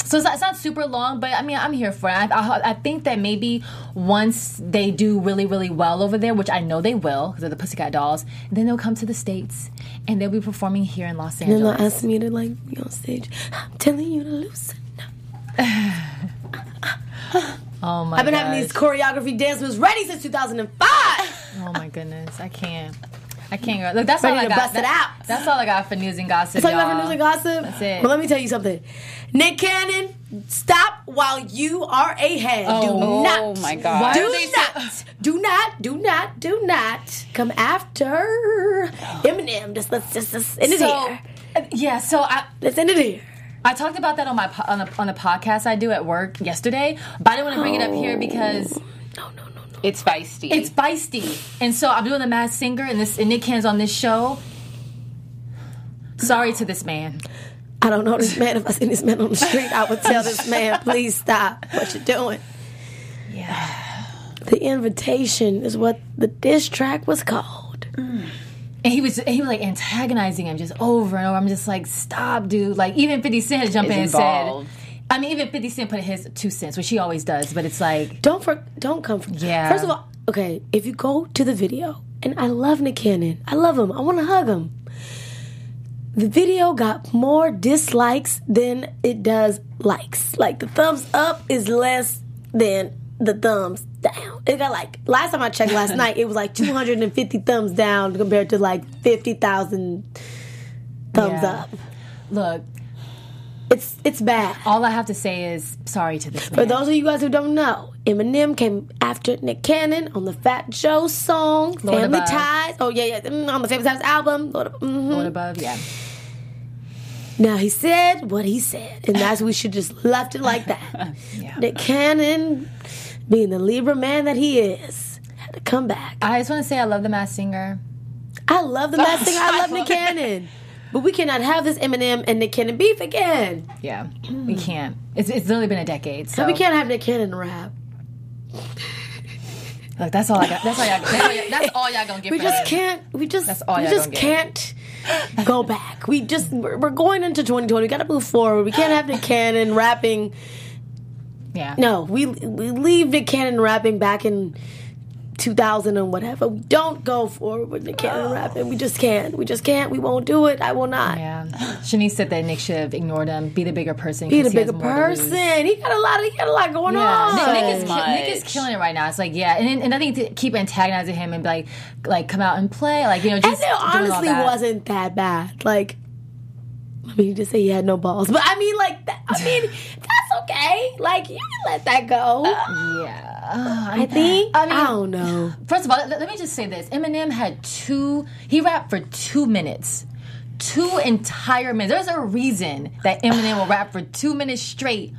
[SPEAKER 3] So it's not, it's not super long, but I mean I'm here for it. I, I, I think that maybe once they do really really well over there, which I know they will because they're the Pussycat Dolls, then they'll come to the states and they'll be performing here in Los
[SPEAKER 1] And they'll
[SPEAKER 3] Angeles.
[SPEAKER 1] ask me to like be on stage. I'm telling you to loosen. up.
[SPEAKER 3] Oh my!
[SPEAKER 1] I've been having these choreography dance moves ready since 2005.
[SPEAKER 3] Oh my goodness! I can't. I can't go. Look, that's all
[SPEAKER 1] Ready to
[SPEAKER 3] I got.
[SPEAKER 1] bust it
[SPEAKER 3] That-
[SPEAKER 1] out.
[SPEAKER 3] That's all I got for news and gossip.
[SPEAKER 1] Talking
[SPEAKER 3] y'all.
[SPEAKER 1] about news and gossip.
[SPEAKER 3] That's it.
[SPEAKER 1] But let me tell you something. Nick Cannon, stop while you are ahead.
[SPEAKER 3] Oh.
[SPEAKER 1] do not.
[SPEAKER 4] Oh my God.
[SPEAKER 3] Why
[SPEAKER 1] Do
[SPEAKER 3] are they so-
[SPEAKER 1] not, do not, do not, do not come after Eminem. Just let's just, just end it
[SPEAKER 3] So
[SPEAKER 1] here.
[SPEAKER 3] yeah, so I,
[SPEAKER 1] Let's end it here.
[SPEAKER 3] I talked about that on my po- on, the, on the podcast I do at work yesterday, but I didn't want to bring it up here because
[SPEAKER 1] No, no, no, no.
[SPEAKER 4] It's feisty.
[SPEAKER 3] it's feisty, and so I'm doing the Mad Singer, and this and Nick Cannon's on this show. Sorry to this man.
[SPEAKER 1] I don't know this man. If I seen this man on the street, I would tell this man, please stop what you're doing.
[SPEAKER 3] Yeah.
[SPEAKER 1] The invitation is what the diss track was called.
[SPEAKER 3] And he was and he was like antagonizing him just over and over. I'm just like, stop, dude. Like even 50 Cent had jumped
[SPEAKER 4] Is
[SPEAKER 3] in and
[SPEAKER 4] involved.
[SPEAKER 3] said, I mean, even 50 Cent put his two cents, which he always does, but it's like
[SPEAKER 1] Don't for, don't come from.
[SPEAKER 3] Yeah.
[SPEAKER 1] First of all, okay. If you go to the video, and I love Nick Cannon, I love him. I want to hug him. The video got more dislikes than it does likes. Like the thumbs up is less than the thumbs down. It got like last time I checked last night, it was like 250 thumbs down compared to like 50,000 thumbs
[SPEAKER 3] Yeah.
[SPEAKER 1] up.
[SPEAKER 3] look,
[SPEAKER 1] It's it's bad.
[SPEAKER 3] all I have to say is sorry to this man.
[SPEAKER 1] For those of you guys who don't know, Eminem came after Nick Cannon on the Fat Joe song,
[SPEAKER 3] Lord
[SPEAKER 1] Family
[SPEAKER 3] above.
[SPEAKER 1] Ties. Oh, yeah, yeah, mm, on the Family Ties album. Lord ab- mhm.
[SPEAKER 3] What above, yeah.
[SPEAKER 1] Now, he said what he said, and that's we should just left it like that.
[SPEAKER 3] Yeah.
[SPEAKER 1] Nick Cannon, being the Libra man that he is, had to come back.
[SPEAKER 3] I just want to say I love the Mass Singer.
[SPEAKER 1] I love the last thing. I love Nick Cannon. But we cannot have this Eminem and Nick Cannon beef again.
[SPEAKER 3] Yeah, we can't. It's, it's literally been a decade. So
[SPEAKER 1] Hmm. We can't have Nick Cannon rap.
[SPEAKER 3] Look, that's all I got. That's all y'all. That's all y'all, that's all y'all gonna get.
[SPEAKER 1] We
[SPEAKER 3] for
[SPEAKER 1] just
[SPEAKER 3] that.
[SPEAKER 1] can't. We just.
[SPEAKER 3] That's all
[SPEAKER 1] we
[SPEAKER 3] y'all
[SPEAKER 1] just
[SPEAKER 3] gonna get.
[SPEAKER 1] can't go back. We just. We're, we're going into 2020. We got to move forward. We can't have Nick Cannon rapping.
[SPEAKER 3] Yeah.
[SPEAKER 1] No, we we leave Nick Cannon rapping back in 2000 and whatever. We don't go forward with Nick Cannon rapping. We just can't. We just can't. We won't do it. I will not.
[SPEAKER 3] Yeah. Shanice said that Nick should have ignored him, be the bigger person.
[SPEAKER 1] He the
[SPEAKER 3] 'cause has
[SPEAKER 1] bigger
[SPEAKER 3] more to lose.
[SPEAKER 1] person. He got a lot. Of, he got a lot going on.
[SPEAKER 3] Yeah. Nick, Nick is
[SPEAKER 4] So
[SPEAKER 3] ki- Nick is
[SPEAKER 4] much.
[SPEAKER 3] killing it right now. It's like yeah, and then- and I think to keep antagonizing him and be like like come out and play like you know
[SPEAKER 1] And
[SPEAKER 3] just
[SPEAKER 1] it
[SPEAKER 3] doing all
[SPEAKER 1] honestly
[SPEAKER 3] that.
[SPEAKER 1] wasn't that bad. Like, I mean, you just say he had no balls, but I mean, like, that, I mean, that's okay. Like, you can let that go.
[SPEAKER 3] Yeah. Uh,
[SPEAKER 1] I think. I,
[SPEAKER 3] I mean-
[SPEAKER 1] don't know.
[SPEAKER 3] First of all, let, let me just say this: Eminem had two. He rapped for two minutes, two entire minutes. There's a reason that Eminem will rap for two minutes straight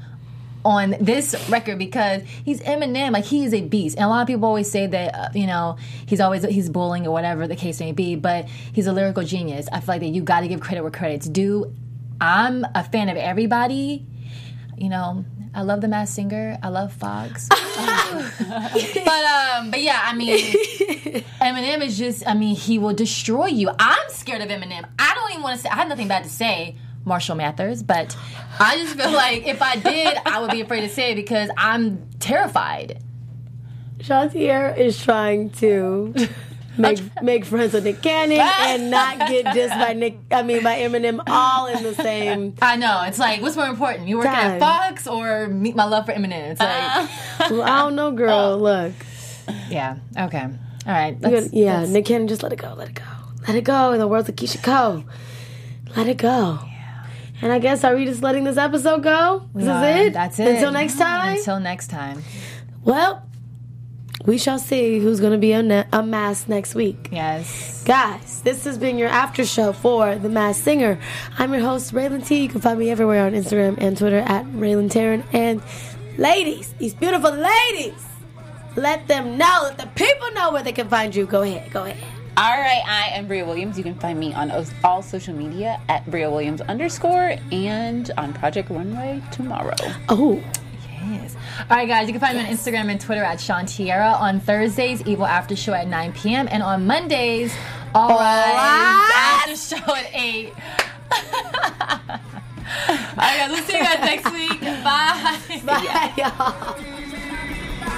[SPEAKER 3] on this record because he's Eminem. Like he is a beast, and a lot of people always say that uh, you know he's always he's bullying or whatever the case may be. But he's a lyrical genius. I feel like that you got to give credit where credit's due. I'm a fan of everybody. You know, I love the Masked Singer. I love Fox. But um, but yeah, I mean, Eminem is just. I mean, he will destroy you. I'm scared of Eminem. I don't even want to say. I have nothing bad to say, Marshall Mathers. But I just feel like if I did, I would be afraid to say it because I'm terrified.
[SPEAKER 1] Shantier is trying to make make friends with Nick Cannon and not get dissed by Nick. I mean, by Eminem, all in the same
[SPEAKER 3] I know. It's like, what's more important? You working
[SPEAKER 1] Time.
[SPEAKER 3] at Fox or meet my love for Eminem? It's like,
[SPEAKER 1] Well, I don't know, girl. Look,
[SPEAKER 3] yeah, okay, all right.
[SPEAKER 1] You
[SPEAKER 3] Let's,
[SPEAKER 1] gotta- yeah,
[SPEAKER 3] let's-
[SPEAKER 1] Nick Cannon, just let it go, let it go, let it go. In the words of Keisha Cole, let it go. And I guess are we just letting this episode go? This
[SPEAKER 3] uh,
[SPEAKER 1] is it.
[SPEAKER 3] That's it.
[SPEAKER 1] Until next time.
[SPEAKER 3] Until next time.
[SPEAKER 1] well, we shall see who's gonna be unne- unmasked next week,
[SPEAKER 3] Yes.
[SPEAKER 1] guys. This has been your after show for The Masked Singer. I'm your host Raylan T. You can find me everywhere on Instagram and Twitter at Raylan Taryn. And ladies, these beautiful ladies, let them know, let the people know where they can find you. Go ahead, go ahead.
[SPEAKER 4] All right, I am Bria Williams. You can find me on os- all social media at Bria Williams underscore and on Project Runway tomorrow.
[SPEAKER 1] Oh.
[SPEAKER 3] Yes. All right, guys, you can find me on Instagram and Twitter at Sean Tierra on Thursdays, Evil After Show at 9 p.m., and on Mondays, All
[SPEAKER 1] right.
[SPEAKER 3] Rise After Show at 8. All right, guys, we'll see you guys next week. Bye.
[SPEAKER 1] Bye, y'all.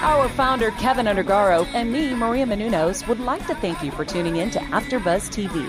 [SPEAKER 2] Our founder, Kevin Undergaro, and me, Maria Menounos, would like to thank you for tuning in to AfterBuzz TV.